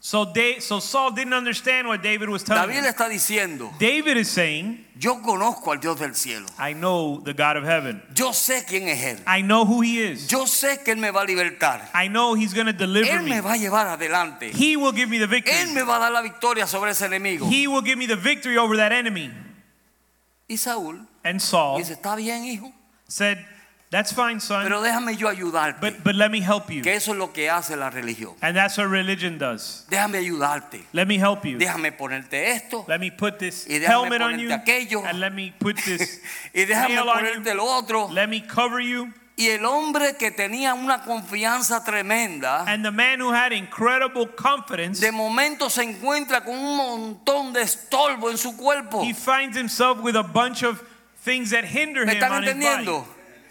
Speaker 3: So, da- so Saul didn't understand what David was telling
Speaker 2: David le
Speaker 3: him.
Speaker 2: está diciendo,
Speaker 3: David is saying,
Speaker 2: yo conozco al Dios del cielo,
Speaker 3: I know the God of heaven.
Speaker 2: yo sé quién es Él,
Speaker 3: I know who he is.
Speaker 2: yo sé que Él me va a libertar,
Speaker 3: I know he's going to deliver
Speaker 2: Él me
Speaker 3: me.
Speaker 2: va a llevar adelante,
Speaker 3: He will give me the
Speaker 2: Él
Speaker 3: victory.
Speaker 2: me va a dar la victoria sobre ese enemigo.
Speaker 3: He will give me the victory over that enemy.
Speaker 2: Y Saúl
Speaker 3: And Saul
Speaker 2: dice, está bien, hijo,
Speaker 3: said, That's fine, son,
Speaker 2: pero déjame yo ayudarte.
Speaker 3: but, but let me help you.
Speaker 2: Que eso es lo que hace la religión.
Speaker 3: And that's what religion does.
Speaker 2: Déjame ayudarte.
Speaker 3: Let me help you.
Speaker 2: Déjame ponerte esto
Speaker 3: Let me put this
Speaker 2: Y déjame
Speaker 3: helmet on you,
Speaker 2: ponerte aquello.
Speaker 3: and let me put this
Speaker 2: y déjame
Speaker 3: nail on
Speaker 2: ponerte
Speaker 3: you.
Speaker 2: lo otro.
Speaker 3: Let me cover you.
Speaker 2: Y el hombre que tenía una confianza tremenda,
Speaker 3: And the man who had incredible confidence,
Speaker 2: de momento se encuentra con un montón de estorbo en su cuerpo.
Speaker 3: he finds himself with a bunch of things that hinder
Speaker 2: ¿Me
Speaker 3: him
Speaker 2: están
Speaker 3: on his body.
Speaker 2: entendiendo?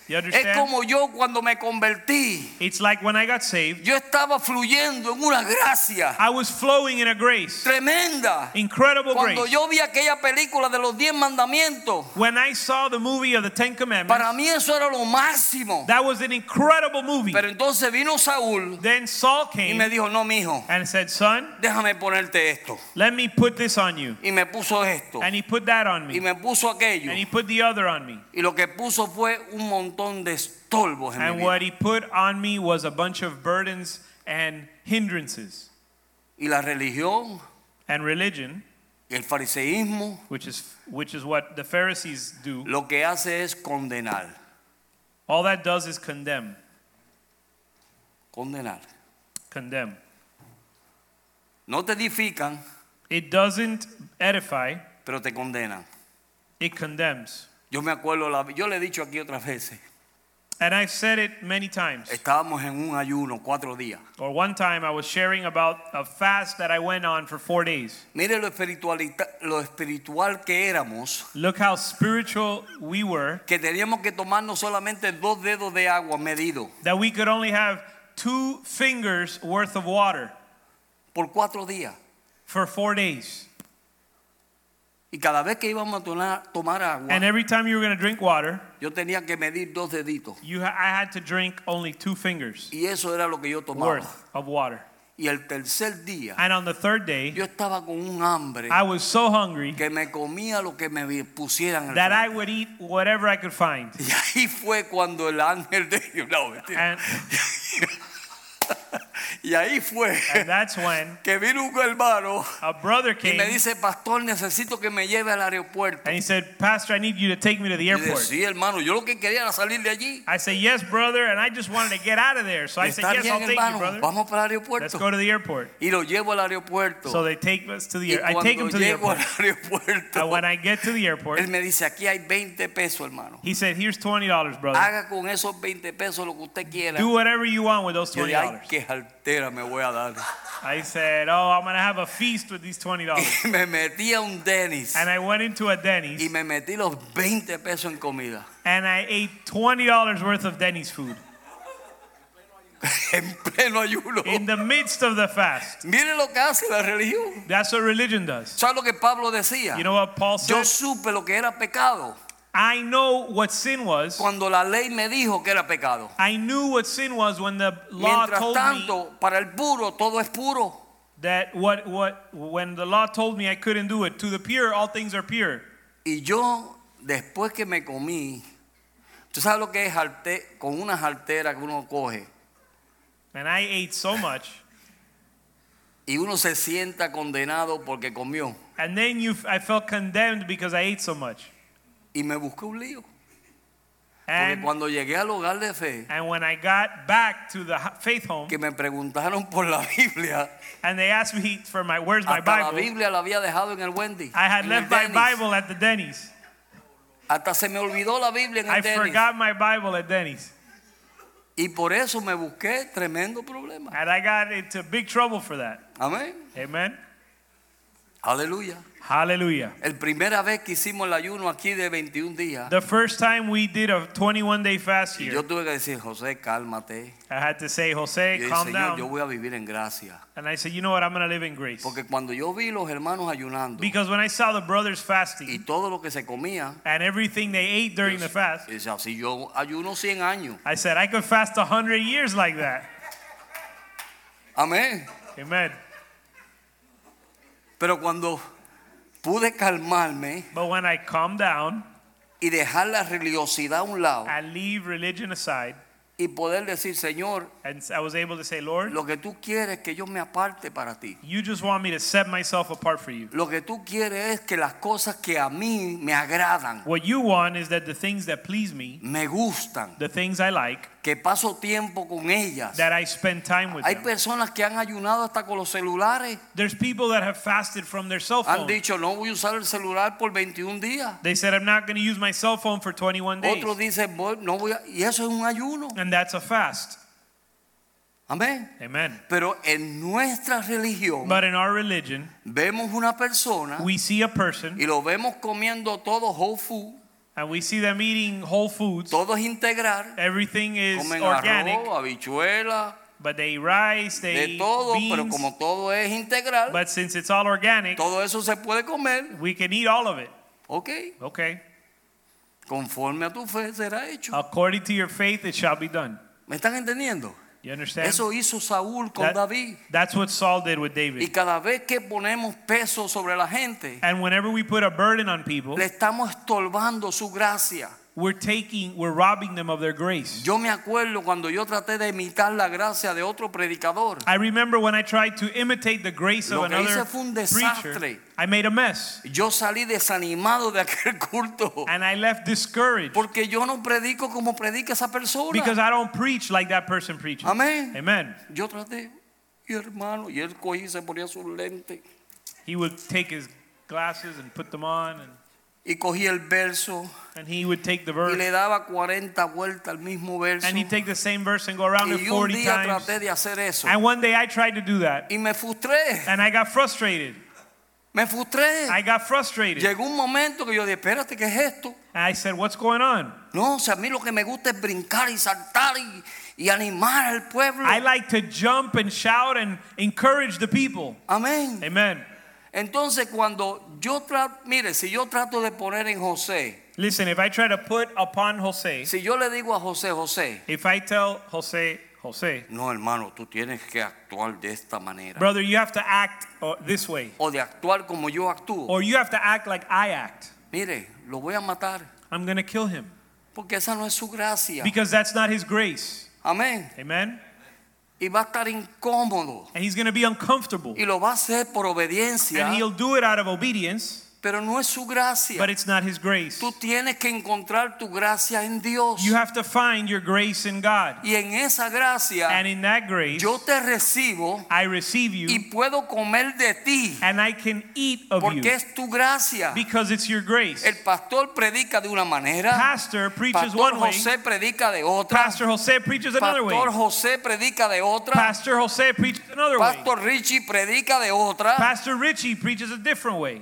Speaker 3: You understand?
Speaker 2: Es como yo cuando me convertí.
Speaker 3: It's like when I got saved,
Speaker 2: Yo estaba fluyendo en una gracia
Speaker 3: I was flowing in a grace,
Speaker 2: tremenda.
Speaker 3: incredible
Speaker 2: Cuando
Speaker 3: grace.
Speaker 2: yo vi aquella película de los diez mandamientos,
Speaker 3: When I saw the movie of the Ten Commandments,
Speaker 2: para mí eso era lo máximo.
Speaker 3: that was an incredible movie.
Speaker 2: Pero entonces vino Saúl
Speaker 3: Then Saul
Speaker 2: y
Speaker 3: came
Speaker 2: me dijo, no, mijo,
Speaker 3: and said, Son,
Speaker 2: déjame ponerte esto.
Speaker 3: let me put this on you.
Speaker 2: Y me puso esto.
Speaker 3: And he put that on
Speaker 2: Y
Speaker 3: me.
Speaker 2: me puso aquello.
Speaker 3: And he put the other on me.
Speaker 2: Y lo que puso fue un montón de estorbos en
Speaker 3: And
Speaker 2: mi vida.
Speaker 3: what he put on me was a bunch of burdens and hindrances.
Speaker 2: Y la religión,
Speaker 3: And religion,
Speaker 2: y el fariseísmo,
Speaker 3: which is, which is what the Pharisees do,
Speaker 2: lo que hace es condenar.
Speaker 3: all that does is condemn.
Speaker 2: Condenar.
Speaker 3: Condemn.
Speaker 2: No te edifican,
Speaker 3: It doesn't edify,
Speaker 2: pero te condenan.
Speaker 3: it condemns.
Speaker 2: Yo me acuerdo, la- yo le he dicho aquí otras veces,
Speaker 3: And I've said it many times.
Speaker 2: estábamos en un ayuno cuatro días.
Speaker 3: Or one time I was sharing about a fast that I went on for four days.
Speaker 2: Mire lo, espiritualita- lo espiritual que éramos,
Speaker 3: Look how spiritual we were
Speaker 2: que teníamos que tomarnos solamente dos dedos de agua medido
Speaker 3: that we could only have two fingers worth of water
Speaker 2: por cuatro días.
Speaker 3: for four days.
Speaker 2: Y cada vez que íbamos a tona- tomar agua,
Speaker 3: And every time you were going to drink water,
Speaker 2: yo tenía que medir dos deditos.
Speaker 3: you ha- I had to drink only two fingers
Speaker 2: Y eso era lo que yo tomaba.
Speaker 3: worth of water.
Speaker 2: Y el tercer día,
Speaker 3: And on the third day,
Speaker 2: yo estaba con un hambre
Speaker 3: I was so hungry
Speaker 2: que me comía lo que me vi- pusieran. al
Speaker 3: that I
Speaker 2: frente.
Speaker 3: would eat whatever I could find.
Speaker 2: y ahí fue cuando el ángel de... No, mentira.
Speaker 3: And,
Speaker 2: y ahí fue
Speaker 3: and that's when
Speaker 2: que vino un hermano
Speaker 3: a brother
Speaker 2: y
Speaker 3: came
Speaker 2: me dice, pastor, necesito que me lleve al aeropuerto.
Speaker 3: and he said, Pastor, I need you to take me to the
Speaker 2: Y yo dije,
Speaker 3: airport.
Speaker 2: sí, hermano, yo lo que quería era salir de allí.
Speaker 3: I said, Yes, brother. And I just wanted to get out of there. So I said,
Speaker 2: Está
Speaker 3: Yes,
Speaker 2: bien,
Speaker 3: I'll take you,
Speaker 2: hermano,
Speaker 3: brother.
Speaker 2: vamos para el
Speaker 3: Let's go
Speaker 2: aeropuerto.
Speaker 3: to the airport.
Speaker 2: Y lo llevo al aeropuerto.
Speaker 3: So they take us to the
Speaker 2: y
Speaker 3: air. I take him
Speaker 2: cuando
Speaker 3: to the
Speaker 2: llego
Speaker 3: airport.
Speaker 2: al aeropuerto,
Speaker 3: And when I get to the airport,
Speaker 2: él me dice, aquí hay 20 pesos, hermano.
Speaker 3: He said, "Here's twenty dollars, brother.
Speaker 2: Haga con esos 20 pesos lo que usted quiera.
Speaker 3: Do whatever you want with those
Speaker 2: Yo
Speaker 3: twenty
Speaker 2: dije, ay,
Speaker 3: dollars."
Speaker 2: qué altera me voy a dar.
Speaker 3: I said, "Oh, I'm gonna have a feast with these twenty dollars."
Speaker 2: Y me metí a un Dennis
Speaker 3: And I went into a
Speaker 2: y
Speaker 3: Denny's
Speaker 2: me metí los 20 pesos en comida.
Speaker 3: and I ate twenty dollars worth of Denny's food
Speaker 2: En pleno ayuno.
Speaker 3: in the midst of the fast.
Speaker 2: Miren lo que hace la religión.
Speaker 3: That's what religion does.
Speaker 2: ¿Sabes lo que Pablo decía?
Speaker 3: You know what Paul
Speaker 2: Yo
Speaker 3: said?
Speaker 2: supe lo que era pecado
Speaker 3: I know what sin was.
Speaker 2: cuando la ley me dijo que era pecado.
Speaker 3: I knew what sin was when the law
Speaker 2: Mientras
Speaker 3: told me
Speaker 2: tanto, para el puro todo es puro.
Speaker 3: that what what when the law told me I couldn't do it. To the pure, all things are pure.
Speaker 2: Y yo, después que me comí, tú sabes lo que es alte- con una jartera que uno coge
Speaker 3: And I ate so much.
Speaker 2: y uno se sienta condenado porque comió.
Speaker 3: And then you, I felt condemned because I ate so much.
Speaker 2: Y me busqué un lío. Porque
Speaker 3: And,
Speaker 2: cuando llegué al hogar de fe,
Speaker 3: and when I got back to the ho- faith home,
Speaker 2: que me preguntaron por la Biblia,
Speaker 3: and they asked me for my, where's my
Speaker 2: hasta la
Speaker 3: Bible?
Speaker 2: Biblia la había dejado en el Wendy.
Speaker 3: I had
Speaker 2: en
Speaker 3: left
Speaker 2: el
Speaker 3: my
Speaker 2: Denny's.
Speaker 3: Bible at the Denny's.
Speaker 2: Hasta se me olvidó la Biblia en el
Speaker 3: I
Speaker 2: Denny's.
Speaker 3: forgot my Bible at Denny's.
Speaker 2: Y por eso me busqué tremendo problema.
Speaker 3: And I got into big trouble for that.
Speaker 2: Amén.
Speaker 3: Amen.
Speaker 2: Aleluya.
Speaker 3: Hallelujah.
Speaker 2: El primera vez que hicimos el ayuno aquí de 21 días,
Speaker 3: The first time we did a 21 day fast
Speaker 2: y
Speaker 3: here,
Speaker 2: yo tuve que decir, José, cálmate.
Speaker 3: I had to say,
Speaker 2: Y
Speaker 3: Jose,
Speaker 2: yo dije,
Speaker 3: calm
Speaker 2: Señor, yo
Speaker 3: down.
Speaker 2: voy a vivir en gracia.
Speaker 3: And I said, you know what? I'm going to live in grace.
Speaker 2: Porque cuando yo vi los hermanos ayunando
Speaker 3: Because when I saw the brothers
Speaker 2: y
Speaker 3: fasting
Speaker 2: todo lo que se comía,
Speaker 3: and everything they ate during the fast,
Speaker 2: y decía, si yo ayuno 100 años,
Speaker 3: I said, I could fast 100 years like that.
Speaker 2: amén.
Speaker 3: Amen.
Speaker 2: Pero cuando pude calmarme
Speaker 3: But when I calm down
Speaker 2: y dejar la religiosidad a un lado
Speaker 3: and leave religion aside,
Speaker 2: y poder decir, Señor,
Speaker 3: and I was able to say, Lord,
Speaker 2: lo que tú quieres es que yo me aparte para ti.
Speaker 3: you just want me to set myself apart for you.
Speaker 2: Lo que tú quieres es que las cosas que a mí me agradan,
Speaker 3: What you want is that the things that please me,
Speaker 2: me gustan,
Speaker 3: the things I like,
Speaker 2: que paso tiempo con ellas.
Speaker 3: that I spend time with
Speaker 2: Hay
Speaker 3: them.
Speaker 2: personas que han ayunado hasta con los celulares.
Speaker 3: There's people that have fasted from their cell
Speaker 2: Han
Speaker 3: phone.
Speaker 2: dicho, no voy a usar el celular por 21 días.
Speaker 3: They said, I'm not going to use my cell phone for 21 days.
Speaker 2: Otros dicen, "Voy- no voy a... Y eso es un ayuno.
Speaker 3: And that's a fast.
Speaker 2: Amén.
Speaker 3: Amen.
Speaker 2: Pero en nuestra religión
Speaker 3: But in our religion,
Speaker 2: vemos una persona
Speaker 3: we see a person
Speaker 2: y lo vemos comiendo todo whole food
Speaker 3: And we see them eating whole foods.
Speaker 2: Todo es integral.
Speaker 3: Everything is
Speaker 2: Comen
Speaker 3: organic,
Speaker 2: arroz, habichuela,
Speaker 3: but they eat rice, they
Speaker 2: de
Speaker 3: eat
Speaker 2: todo, pero
Speaker 3: beans.
Speaker 2: como todo es integral,
Speaker 3: But since it's all organic,
Speaker 2: todo eso se puede comer,
Speaker 3: we can eat all of it.
Speaker 2: ok,
Speaker 3: Okay.
Speaker 2: conforme a tu fe será hecho.
Speaker 3: According to your faith, it shall be done.
Speaker 2: ¿Me están entendiendo?
Speaker 3: You understand?
Speaker 2: Eso hizo Saúl con
Speaker 3: That-
Speaker 2: David.
Speaker 3: That's what Saul did with
Speaker 2: Y
Speaker 3: David.
Speaker 2: cada vez que ponemos peso sobre la gente,
Speaker 3: And whenever we put a burden on people,
Speaker 2: le estamos estorbando su gracia.
Speaker 3: we're taking, we're robbing them of their grace.
Speaker 2: Yo me acuerdo cuando yo traté de imitar la gracia de otro predicador.
Speaker 3: I remember when I tried to imitate the grace of
Speaker 2: Lo que
Speaker 3: another
Speaker 2: hice fue un
Speaker 3: preacher,
Speaker 2: desastre.
Speaker 3: I made a mess.
Speaker 2: Yo salí desanimado de aquel culto
Speaker 3: And I left discouraged
Speaker 2: porque yo no predico como predica esa
Speaker 3: because
Speaker 2: persona.
Speaker 3: I don't preach like that person preaches.
Speaker 2: Amén.
Speaker 3: Amen.
Speaker 2: Yo traté, y hermano, y él cogí y se ponía sus lentes
Speaker 3: He would take his glasses and put them on, and,
Speaker 2: y cogía el verso
Speaker 3: and he would take the
Speaker 2: y
Speaker 3: verse.
Speaker 2: le daba 40 vueltas al mismo verso.
Speaker 3: And he'd take the same verse and go around it
Speaker 2: Y yo un
Speaker 3: 40
Speaker 2: día
Speaker 3: times.
Speaker 2: traté de hacer eso
Speaker 3: And one day I tried to do that.
Speaker 2: y me frustré,
Speaker 3: And I got frustrated.
Speaker 2: me frustré.
Speaker 3: I got frustrated.
Speaker 2: Llegó un momento que yo dije, espérate, ¿qué es esto?
Speaker 3: And I said, What's going on?
Speaker 2: No, si a mí lo que me gusta es brincar y saltar y, y animar al pueblo.
Speaker 3: I like to jump and shout and encourage the people.
Speaker 2: Amén.
Speaker 3: Amen.
Speaker 2: Entonces cuando yo trato, mire, si yo trato de poner en José,
Speaker 3: Listen, if I try to put upon Jose,
Speaker 2: si yo le digo a José, José,
Speaker 3: if I tell Jose, Jose,
Speaker 2: no hermano, tú tienes que actuar de esta manera.
Speaker 3: brother, you have to act uh, this way,
Speaker 2: o de actuar como yo actúo.
Speaker 3: or you have to act like I act,
Speaker 2: Mire, lo voy a matar
Speaker 3: I'm going to kill him
Speaker 2: porque esa no es su gracia.
Speaker 3: because that's not his grace.
Speaker 2: Amén.
Speaker 3: Amen.
Speaker 2: Y va a estar incómodo.
Speaker 3: And he's going to be uncomfortable.
Speaker 2: Y lo va a hacer por obediencia,
Speaker 3: And he'll do it out of obedience,
Speaker 2: pero no es su gracia.
Speaker 3: but it's not his grace.
Speaker 2: Tú tienes que encontrar tu gracia en Dios.
Speaker 3: You have to find your grace in God.
Speaker 2: Y en esa gracia
Speaker 3: And in that grace,
Speaker 2: yo te recibo
Speaker 3: I receive you
Speaker 2: y puedo comer de ti
Speaker 3: and I can eat of you
Speaker 2: porque es tu gracia.
Speaker 3: because it's your grace.
Speaker 2: El pastor predica de una manera,
Speaker 3: Pastor preaches
Speaker 2: pastor
Speaker 3: one way,
Speaker 2: José predica de otra,
Speaker 3: Pastor Jose preaches another way,
Speaker 2: pastor José predica de otra,
Speaker 3: Pastor Jose preaches another way,
Speaker 2: pastor Richie predica de otra
Speaker 3: Pastor Richie preaches a different way.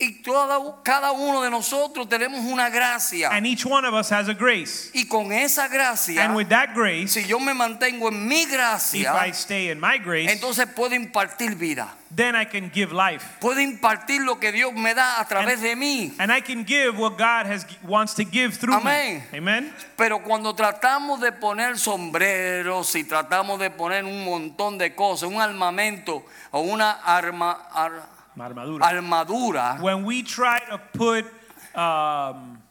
Speaker 2: y toda- cada uno de nosotros tenemos una gracia
Speaker 3: And each one of us has a grace.
Speaker 2: y con esa gracia,
Speaker 3: And with that grace,
Speaker 2: si yo me mantengo en mi
Speaker 3: if I
Speaker 2: gracia,
Speaker 3: stay in my grace,
Speaker 2: entonces puedo impartir vida.
Speaker 3: then I can give life.
Speaker 2: Puedo impartir lo que Dios me da a través de mí.
Speaker 3: And I can give what God has wants to give through me.
Speaker 2: Amén.
Speaker 3: Amen.
Speaker 2: Pero cuando tratamos de poner sombreros y tratamos de poner un montón de cosas, un armamento o una arma, ar-
Speaker 3: Armadura.
Speaker 2: armadura,
Speaker 3: when we try to put um,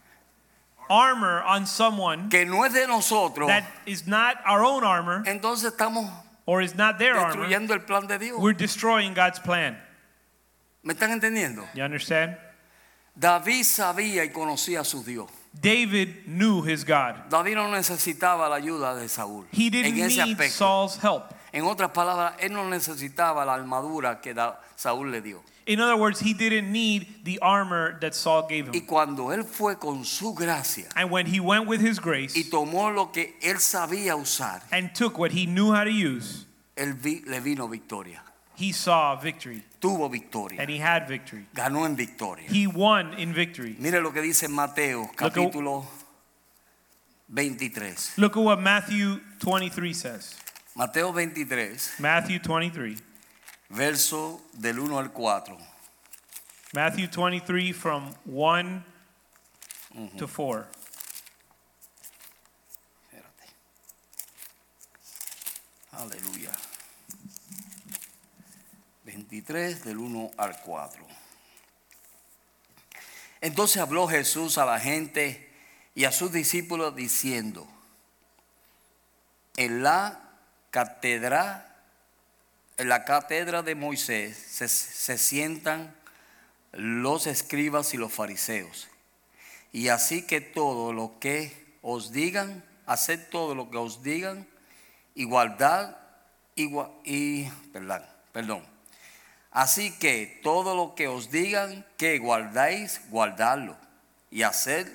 Speaker 3: armor on someone
Speaker 2: que no es de nosotros,
Speaker 3: that is not our own armor
Speaker 2: entonces estamos
Speaker 3: or is not their armor,
Speaker 2: destruyendo el plan de Dios.
Speaker 3: we're destroying God's plan.
Speaker 2: ¿Me están entendiendo?
Speaker 3: You understand?
Speaker 2: David sabía y conocía a su Dios.
Speaker 3: David knew his God.
Speaker 2: David no necesitaba la ayuda de Saúl
Speaker 3: He
Speaker 2: en
Speaker 3: didn't
Speaker 2: ese
Speaker 3: need
Speaker 2: aspecto.
Speaker 3: Saul's help.
Speaker 2: En otras palabras, él no necesitaba la armadura que Da- Saúl le dio.
Speaker 3: In other words, he didn't need the armor that Saul gave
Speaker 2: Y
Speaker 3: him.
Speaker 2: cuando él fue con su gracia
Speaker 3: And when he went with his grace
Speaker 2: y tomó lo que él sabía usar,
Speaker 3: and took what he knew how to use,
Speaker 2: él vi- le vino victoria.
Speaker 3: he saw victory
Speaker 2: Tuvo victoria.
Speaker 3: and he had victory.
Speaker 2: Ganó en victoria.
Speaker 3: He won in victory.
Speaker 2: Mire lo que dice Mateo,
Speaker 3: at-
Speaker 2: capítulo 23.
Speaker 3: Look at what Matthew 23 says.
Speaker 2: Mateo 23,
Speaker 3: Matthew 23.
Speaker 2: verso del 1 al 4.
Speaker 3: Matthew 23 from 1 to 4.
Speaker 2: Espérate. Aleluya. 23 del 1 al 4. Entonces habló Jesús a la gente y a sus discípulos diciendo, en la catedral, en la cátedra de Moisés se, se sientan los escribas y los fariseos. Y así que todo lo que os digan, haced todo lo que os digan, igualdad, igua- y, perdón, perdón. Así que todo lo que os digan que guardáis, guardadlo y haced,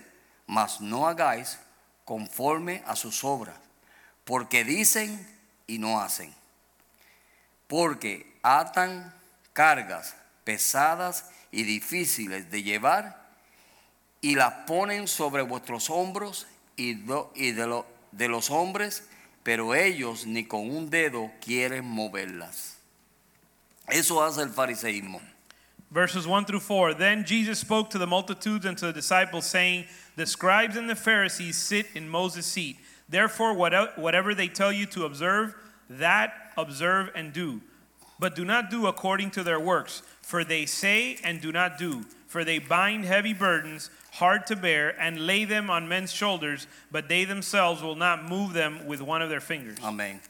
Speaker 2: mas no hagáis conforme a sus obras, porque dicen y no hacen. Porque atan cargas pesadas y difíciles de llevar y las ponen sobre vuestros hombros y, do- y de, lo- de los hombres, pero ellos ni con un dedo quieren moverlas. Eso hace el fariseísmo.
Speaker 3: Verses 1 through 4 Then Jesus spoke to the multitudes and to the disciples, saying, The scribes and the Pharisees sit in Moses' seat. Therefore, what- whatever they tell you to observe, that observe and do. But do not do according to their works, for they say and do not do. For they bind heavy burdens, hard to bear, and lay them on men's shoulders, but they themselves will not move them with one of their fingers.
Speaker 2: Amén.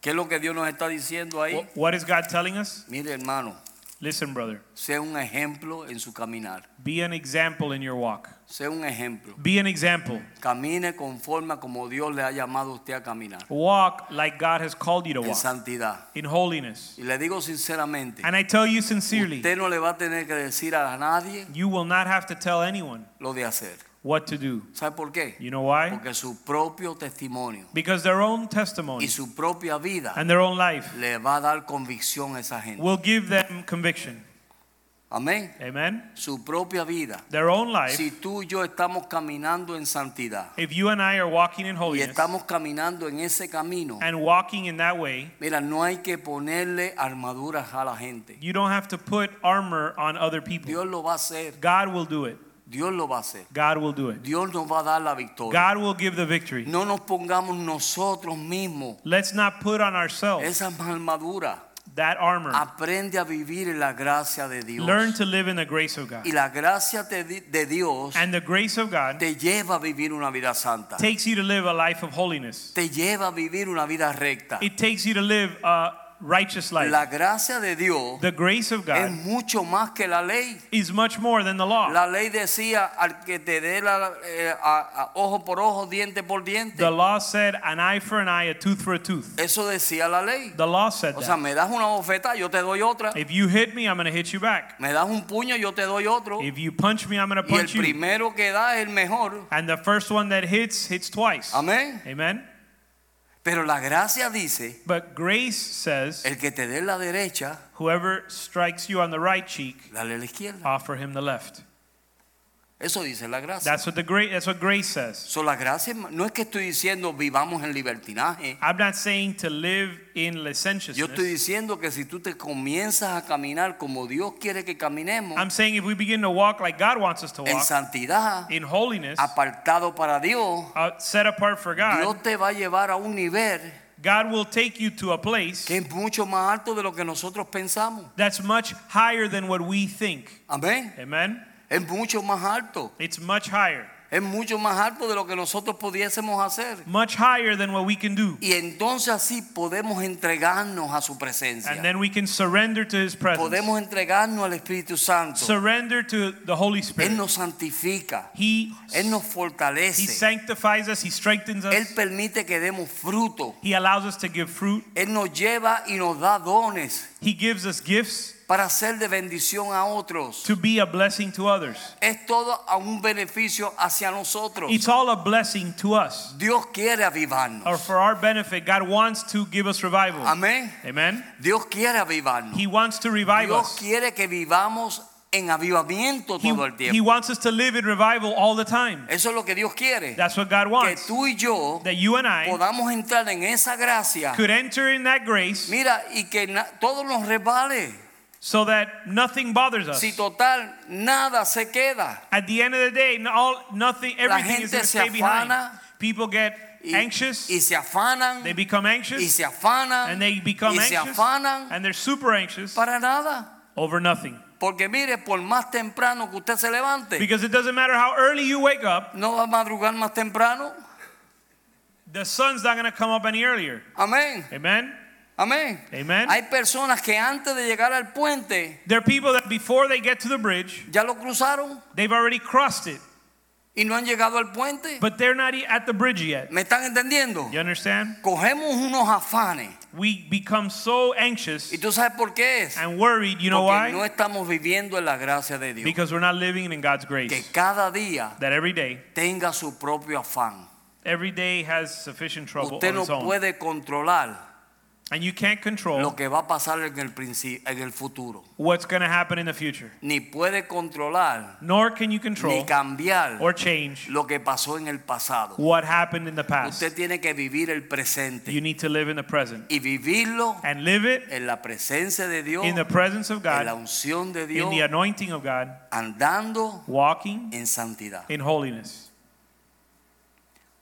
Speaker 2: ¿Qué es lo que Dios nos está diciendo ahí?
Speaker 3: Wh- What is God telling us?
Speaker 2: Mire hermano,
Speaker 3: Listen, brother,
Speaker 2: sea un ejemplo en su caminar.
Speaker 3: be an example in your walk.
Speaker 2: Sea un ejemplo.
Speaker 3: Be an example.
Speaker 2: Camine conforme a como Dios le ha llamado a usted a caminar.
Speaker 3: Walk like God has called you to
Speaker 2: En
Speaker 3: walk
Speaker 2: santidad.
Speaker 3: in holiness.
Speaker 2: Y le digo sinceramente,
Speaker 3: And I tell you sincerely,
Speaker 2: usted no le va a tener que decir a nadie
Speaker 3: you will not have to tell anyone
Speaker 2: lo de hacer.
Speaker 3: what to do.
Speaker 2: ¿Sabe por qué?
Speaker 3: You know why?
Speaker 2: Porque su propio testimonio
Speaker 3: Because their own
Speaker 2: y
Speaker 3: testimony
Speaker 2: su propia vida
Speaker 3: and their own life
Speaker 2: le va a dar convicción a esa gente.
Speaker 3: will give them conviction.
Speaker 2: Amén.
Speaker 3: Amen?
Speaker 2: Su propia vida.
Speaker 3: Their own life.
Speaker 2: Si tú y yo estamos caminando en santidad
Speaker 3: If you and I are walking in
Speaker 2: y
Speaker 3: holiness
Speaker 2: estamos caminando en ese camino,
Speaker 3: Oh, and walking in that way,
Speaker 2: mira, no hay que ponerle armaduras a la gente.
Speaker 3: you don't have to put armor on other people.
Speaker 2: Dios lo va a hacer.
Speaker 3: God will do it.
Speaker 2: Dios lo va a hacer.
Speaker 3: God will do it.
Speaker 2: Dios nos va a dar la victoria.
Speaker 3: God will give the victory.
Speaker 2: No nos pongamos nosotros mismos
Speaker 3: Let's not put on ourselves
Speaker 2: esas armaduras.
Speaker 3: that armor.
Speaker 2: Aprende a vivir en la gracia de Dios.
Speaker 3: Learn to live in the grace of God.
Speaker 2: Y la gracia te di- de Dios
Speaker 3: And the grace of God
Speaker 2: te lleva a vivir una vida santa.
Speaker 3: takes you to live a life of holiness.
Speaker 2: Te lleva a vivir una vida recta.
Speaker 3: It takes you to live a righteous
Speaker 2: La
Speaker 3: life.
Speaker 2: gracia de Dios
Speaker 3: The grace of
Speaker 2: es
Speaker 3: God
Speaker 2: mucho más que la ley.
Speaker 3: is much more than the law.
Speaker 2: La ley decía al que te dé la, eh, a- a- ojo por ojo, diente por diente.
Speaker 3: The law said an eye for an eye, a tooth for a tooth.
Speaker 2: Eso decía la ley.
Speaker 3: The law said
Speaker 2: O sea,
Speaker 3: that.
Speaker 2: me das una bofeta, yo te doy otra.
Speaker 3: If you hit me, I'm going to hit you back.
Speaker 2: Me das un puño, yo te doy otro.
Speaker 3: If you punch me, I'm going to
Speaker 2: Y el
Speaker 3: punch you.
Speaker 2: primero que da es el mejor.
Speaker 3: And the first one that hits, hits twice.
Speaker 2: Amén.
Speaker 3: Amen.
Speaker 2: Pero la gracia dice,
Speaker 3: But grace says,
Speaker 2: el que te dé la derecha,
Speaker 3: whoever strikes you on the right cheek,
Speaker 2: dale la izquierda.
Speaker 3: offer him the left.
Speaker 2: Eso dice la gracia.
Speaker 3: That's what the great that's what grace says.
Speaker 2: So, la gracia no es que estoy diciendo vivamos en libertinaje.
Speaker 3: I'm not saying to live in
Speaker 2: Yo estoy
Speaker 3: licentiousness.
Speaker 2: diciendo que si tú te comienzas a caminar como Dios quiere que caminemos,
Speaker 3: I'm saying if we begin to walk like God wants us to
Speaker 2: en
Speaker 3: walk,
Speaker 2: santidad,
Speaker 3: in holiness,
Speaker 2: apartado para Dios,
Speaker 3: uh, set apart for God,
Speaker 2: Dios te va a llevar a un nivel
Speaker 3: God will take you to a place
Speaker 2: que es mucho más alto de lo que nosotros pensamos.
Speaker 3: that's much higher than what we think.
Speaker 2: Amén.
Speaker 3: Amen.
Speaker 2: Es mucho más alto.
Speaker 3: It's much higher.
Speaker 2: Es mucho más alto de lo que nosotros pudiésemos hacer.
Speaker 3: Much higher than what we can do.
Speaker 2: Y entonces así podemos entregarnos a su
Speaker 3: And
Speaker 2: presencia.
Speaker 3: then we can surrender to his presence.
Speaker 2: Podemos entregarnos al Espíritu Santo.
Speaker 3: Surrender to the Holy
Speaker 2: Él
Speaker 3: Spirit.
Speaker 2: nos santifica.
Speaker 3: He
Speaker 2: Él nos
Speaker 3: he
Speaker 2: fortalece.
Speaker 3: sanctifies us, he strengthens
Speaker 2: Él
Speaker 3: us.
Speaker 2: permite que demos fruto.
Speaker 3: He allows us to give fruit.
Speaker 2: Él nos lleva y nos da dones
Speaker 3: He gives us gifts
Speaker 2: para ser de bendición a otros.
Speaker 3: to be a blessing to others.
Speaker 2: Es todo a un beneficio hacia nosotros.
Speaker 3: It's all a blessing to us.
Speaker 2: Dios quiere
Speaker 3: Or
Speaker 2: avivarnos.
Speaker 3: for our benefit, God wants to give us revival.
Speaker 2: Amén.
Speaker 3: Amen.
Speaker 2: Dios quiere avivarnos.
Speaker 3: He wants to revive
Speaker 2: Dios
Speaker 3: us.
Speaker 2: quiere que vivamos en avivamiento
Speaker 3: He,
Speaker 2: todo el
Speaker 3: he
Speaker 2: tiempo.
Speaker 3: wants us to live in revival all the time.
Speaker 2: Eso es lo que Dios quiere.
Speaker 3: That's what God
Speaker 2: Que
Speaker 3: wants.
Speaker 2: tú y yo
Speaker 3: That you and I
Speaker 2: podamos entrar en esa gracia.
Speaker 3: could enter in that grace
Speaker 2: Mira, y que na- todo nos resbale.
Speaker 3: so that nothing bothers us.
Speaker 2: Si total, nada se queda.
Speaker 3: At the end of the day, no- all, nothing, everything is
Speaker 2: gente
Speaker 3: going to
Speaker 2: se
Speaker 3: stay behind.
Speaker 2: afana.
Speaker 3: People get
Speaker 2: Y,
Speaker 3: anxious.
Speaker 2: y se afanan.
Speaker 3: They become
Speaker 2: Y
Speaker 3: anxious.
Speaker 2: se afanan.
Speaker 3: And they become
Speaker 2: y se
Speaker 3: anxious.
Speaker 2: afanan
Speaker 3: And they're super anxious
Speaker 2: para nada.
Speaker 3: over nothing.
Speaker 2: Porque mire, por más temprano que usted se levante,
Speaker 3: Because it doesn't matter how early you wake up,
Speaker 2: no va a madrugar más temprano.
Speaker 3: the sun's not going to come up any earlier.
Speaker 2: Amén.
Speaker 3: Amen?
Speaker 2: Amén.
Speaker 3: Amen?
Speaker 2: Hay personas que antes de llegar al puente
Speaker 3: There are people that before they get to the bridge,
Speaker 2: ya lo cruzaron
Speaker 3: they've already crossed it,
Speaker 2: y no han llegado al puente.
Speaker 3: but they're not e- at the bridge yet.
Speaker 2: ¿Me están entendiendo?
Speaker 3: You understand?
Speaker 2: Cogemos unos afanes.
Speaker 3: We become so anxious
Speaker 2: ¿Y tú sabes por qué es?
Speaker 3: and worried. You know
Speaker 2: Porque no
Speaker 3: why?
Speaker 2: estamos viviendo en la gracia de Dios.
Speaker 3: Because we're not living in God's
Speaker 2: Que
Speaker 3: grace.
Speaker 2: cada día
Speaker 3: That every day,
Speaker 2: tenga su propio afán.
Speaker 3: every day has sufficient trouble
Speaker 2: Usted
Speaker 3: on
Speaker 2: no
Speaker 3: its own.
Speaker 2: puede controlar
Speaker 3: And you can't
Speaker 2: lo
Speaker 3: control
Speaker 2: que va a pasar en el, princi- en el futuro.
Speaker 3: what's going to happen in the future.
Speaker 2: Ni puede controlar
Speaker 3: Nor can you control
Speaker 2: ni cambiar
Speaker 3: or change
Speaker 2: lo que pasó en el pasado.
Speaker 3: what happened in the past.
Speaker 2: Usted tiene que vivir el presente
Speaker 3: You need to live in the present
Speaker 2: y vivirlo
Speaker 3: and live it
Speaker 2: en la presencia de Dios,
Speaker 3: in the presence of
Speaker 2: en la
Speaker 3: God,
Speaker 2: unción de
Speaker 3: in
Speaker 2: Dios,
Speaker 3: the anointing of God,
Speaker 2: andando
Speaker 3: walking
Speaker 2: en santidad,
Speaker 3: in holiness,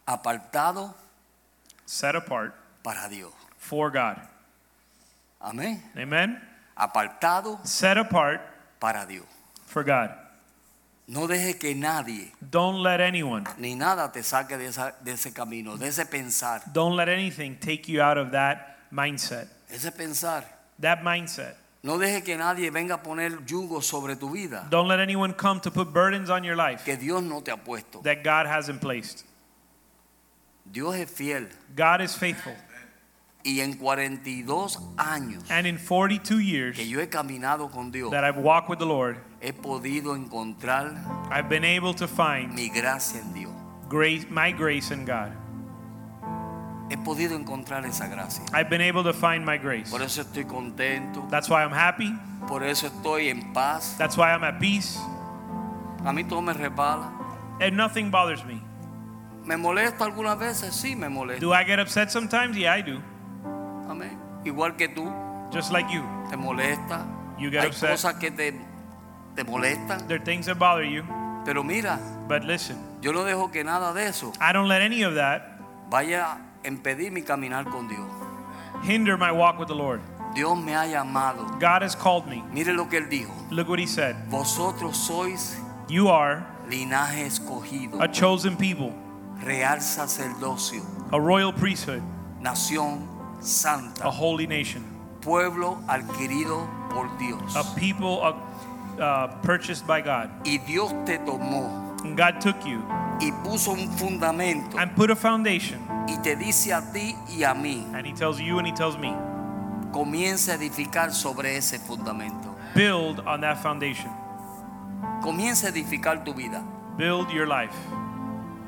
Speaker 2: apartado
Speaker 3: set apart
Speaker 2: para Dios.
Speaker 3: for God.
Speaker 2: Amén.
Speaker 3: Amen?
Speaker 2: Apartado
Speaker 3: Set apart
Speaker 2: para Dios.
Speaker 3: for God.
Speaker 2: No deje que nadie
Speaker 3: Don't let anyone,
Speaker 2: ni nada te saque de, esa- de ese camino, de ese pensar.
Speaker 3: don't let anything take you out of that mindset.
Speaker 2: Ese pensar.
Speaker 3: That mindset.
Speaker 2: No deje que nadie venga a poner yugo sobre tu vida
Speaker 3: Don't let anyone come to put burdens on your life
Speaker 2: que Dios no te ha puesto.
Speaker 3: that God hasn't placed.
Speaker 2: Dios es fiel.
Speaker 3: God is faithful.
Speaker 2: Y en 42 años
Speaker 3: And in 42 years
Speaker 2: que yo he caminado con Dios,
Speaker 3: that I've walked with the Lord,
Speaker 2: he podido encontrar
Speaker 3: I've been able to find
Speaker 2: mi gracia en Dios.
Speaker 3: grace, my grace in God.
Speaker 2: He podido encontrar esa gracia.
Speaker 3: I've been able to find my grace.
Speaker 2: Por eso estoy contento,
Speaker 3: That's why I'm happy.
Speaker 2: por eso estoy en paz.
Speaker 3: That's why I'm at peace.
Speaker 2: A mí todo me repala.
Speaker 3: And nothing bothers me.
Speaker 2: ¿Me molesta algunas veces? Sí, me molesta.
Speaker 3: Do I get upset sometimes? Yeah, I do.
Speaker 2: Amén. Igual que tú,
Speaker 3: Just like you.
Speaker 2: te molesta.
Speaker 3: You get
Speaker 2: Hay
Speaker 3: upset.
Speaker 2: cosas que te, te molestan.
Speaker 3: There are things that bother you.
Speaker 2: Pero mira,
Speaker 3: But listen,
Speaker 2: yo no dejo que nada de eso
Speaker 3: I don't let any of that
Speaker 2: vaya a impedir mi caminar con Dios.
Speaker 3: hinder my walk with the Lord.
Speaker 2: Dios me ha llamado.
Speaker 3: God has called me.
Speaker 2: Mire lo que él dijo.
Speaker 3: Look what he said.
Speaker 2: Vosotros sois
Speaker 3: You are
Speaker 2: linaje escogido,
Speaker 3: a chosen people,
Speaker 2: real sacerdocio,
Speaker 3: a royal priesthood,
Speaker 2: nación
Speaker 3: a
Speaker 2: santa,
Speaker 3: holy nation,
Speaker 2: pueblo adquirido por
Speaker 3: a
Speaker 2: Dios.
Speaker 3: people uh, uh, purchased by God.
Speaker 2: Y Dios te tomó
Speaker 3: And God took you
Speaker 2: y puso un fundamento
Speaker 3: and put a foundation.
Speaker 2: y te dice a ti y a mí,
Speaker 3: And he tells you and he tells me,
Speaker 2: comienza a edificar sobre ese fundamento.
Speaker 3: build on that foundation.
Speaker 2: Comienza a edificar tu vida.
Speaker 3: Build your life.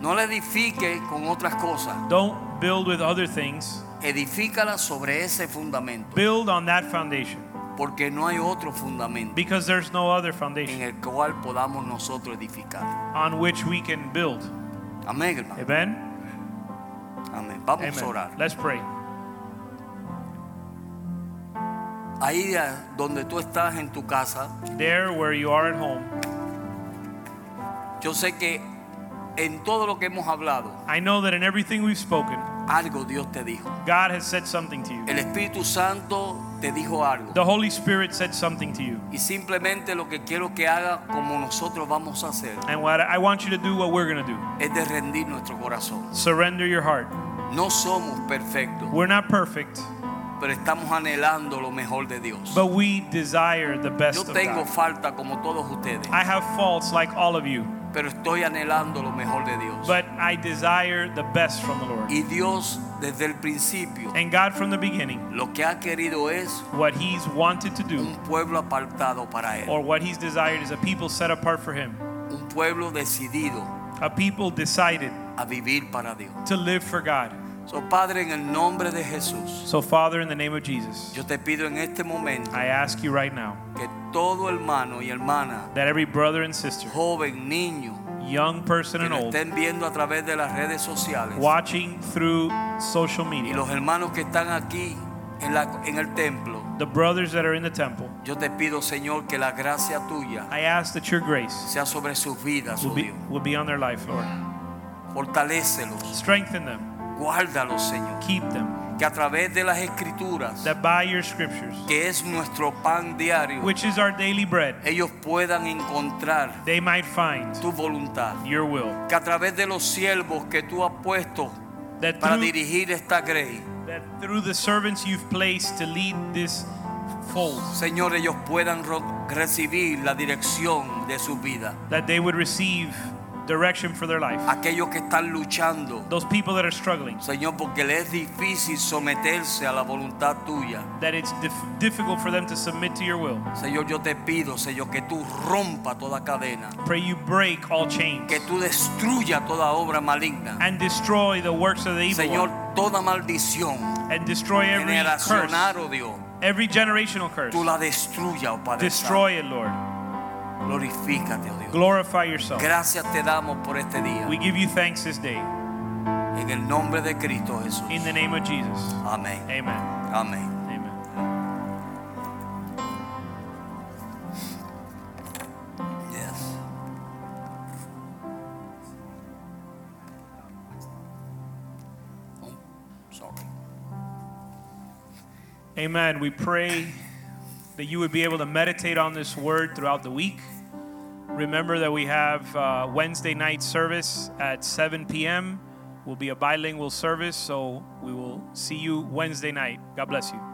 Speaker 2: No la edifique con otras cosas.
Speaker 3: Don't build with other things.
Speaker 2: Edifícala sobre ese fundamento,
Speaker 3: Build on that foundation
Speaker 2: porque no hay otro fundamento
Speaker 3: because there's no other
Speaker 2: en
Speaker 3: foundation
Speaker 2: el cual podamos nosotros edificar.
Speaker 3: on which we can build.
Speaker 2: Amén, hermano.
Speaker 3: Amen.
Speaker 2: Amén. Vamos a orar.
Speaker 3: Amen. Let's pray.
Speaker 2: Ahí a- donde tú estás en tu casa,
Speaker 3: There where you are at home.
Speaker 2: yo sé que en todo lo que hemos hablado,
Speaker 3: I know that in everything we've spoken,
Speaker 2: algo Dios te dijo.
Speaker 3: God has said something to you.
Speaker 2: El Espíritu Santo te dijo algo.
Speaker 3: The Holy Spirit said something to you.
Speaker 2: Y simplemente lo que quiero que haga como nosotros vamos a hacer
Speaker 3: And what I want you to do what we're going to do.
Speaker 2: es de rendir nuestro corazón.
Speaker 3: Surrender your heart.
Speaker 2: No somos perfectos,
Speaker 3: We're not perfect,
Speaker 2: pero estamos anhelando lo mejor de Dios.
Speaker 3: but we desire the
Speaker 2: Yo
Speaker 3: best of
Speaker 2: tengo
Speaker 3: God.
Speaker 2: falta como todos ustedes,
Speaker 3: I have faults like all of you,
Speaker 2: pero estoy anhelando lo mejor de Dios.
Speaker 3: but I desire the best from the Lord.
Speaker 2: Y Dios desde el principio
Speaker 3: And God from the beginning,
Speaker 2: lo que ha querido es
Speaker 3: what he's wanted to do
Speaker 2: un pueblo apartado para Él.
Speaker 3: or what he's desired is a people set apart for him,
Speaker 2: un pueblo decidido
Speaker 3: a people decided
Speaker 2: a vivir para Dios.
Speaker 3: to live for God.
Speaker 2: So, Padre, en el nombre de Jesús,
Speaker 3: So Father, in the name of Jesus,
Speaker 2: yo te pido en este momento
Speaker 3: I ask you right now
Speaker 2: que todo hermano y hermana,
Speaker 3: that every brother and sister,
Speaker 2: joven, niño,
Speaker 3: young person
Speaker 2: que
Speaker 3: and
Speaker 2: nos
Speaker 3: old,
Speaker 2: estén viendo a través de las redes sociales
Speaker 3: watching through social
Speaker 2: y
Speaker 3: media,
Speaker 2: los hermanos que están aquí en, la- en el templo,
Speaker 3: the brothers that are in the temple,
Speaker 2: yo te pido, Señor, que la gracia tuya
Speaker 3: I ask that your grace
Speaker 2: sea sobre sus vidas,
Speaker 3: will
Speaker 2: oh
Speaker 3: be,
Speaker 2: Dios.
Speaker 3: will be on their life, Lord.
Speaker 2: Fortalécelos,
Speaker 3: Strengthen them,
Speaker 2: guárdalos, Señor.
Speaker 3: keep them,
Speaker 2: Que a través de las escrituras,
Speaker 3: that by your scriptures,
Speaker 2: que es nuestro pan diario,
Speaker 3: which is our daily bread,
Speaker 2: ellos puedan encontrar
Speaker 3: they might find
Speaker 2: tu voluntad.
Speaker 3: your will.
Speaker 2: que a través de los siervos que tú has puesto
Speaker 3: That
Speaker 2: para
Speaker 3: through,
Speaker 2: dirigir esta grey,
Speaker 3: that through the servants you've placed to lead this fold,
Speaker 2: Señor, ellos puedan ro- recibir la dirección de su vida.
Speaker 3: that they would receive direction for their life.
Speaker 2: Aquellos que están luchando,
Speaker 3: Those people that are struggling,
Speaker 2: Señor, porque le es difícil someterse a la voluntad tuya.
Speaker 3: that it's dif- difficult for them to submit to your will.
Speaker 2: Señor, yo te pido, Señor, que tú rompa toda cadena,
Speaker 3: Pray you break all chains
Speaker 2: que tú destruya toda obra maligna.
Speaker 3: and destroy the works of the evil one
Speaker 2: Señor, toda maldición
Speaker 3: and destroy every curse,
Speaker 2: generacional, oh Dios,
Speaker 3: every generational curse.
Speaker 2: tú la destruya, oh Padre. Santo.
Speaker 3: Destroy it, Lord.
Speaker 2: Glorifícate, oh Dios.
Speaker 3: Glorify yourself.
Speaker 2: Gracias te damos por este día.
Speaker 3: We give you thanks this day.
Speaker 2: En el nombre de Cristo Jesús.
Speaker 3: In the name of Jesus.
Speaker 2: Amén.
Speaker 3: Amen.
Speaker 2: Amén.
Speaker 3: Amen.
Speaker 2: Yes. Oh, sorry.
Speaker 3: Amen. We pray that you would be able to meditate on this word throughout the week. Remember that we have uh, Wednesday night service at 7 p.m. Will be a bilingual service, so we will see you Wednesday night. God bless you.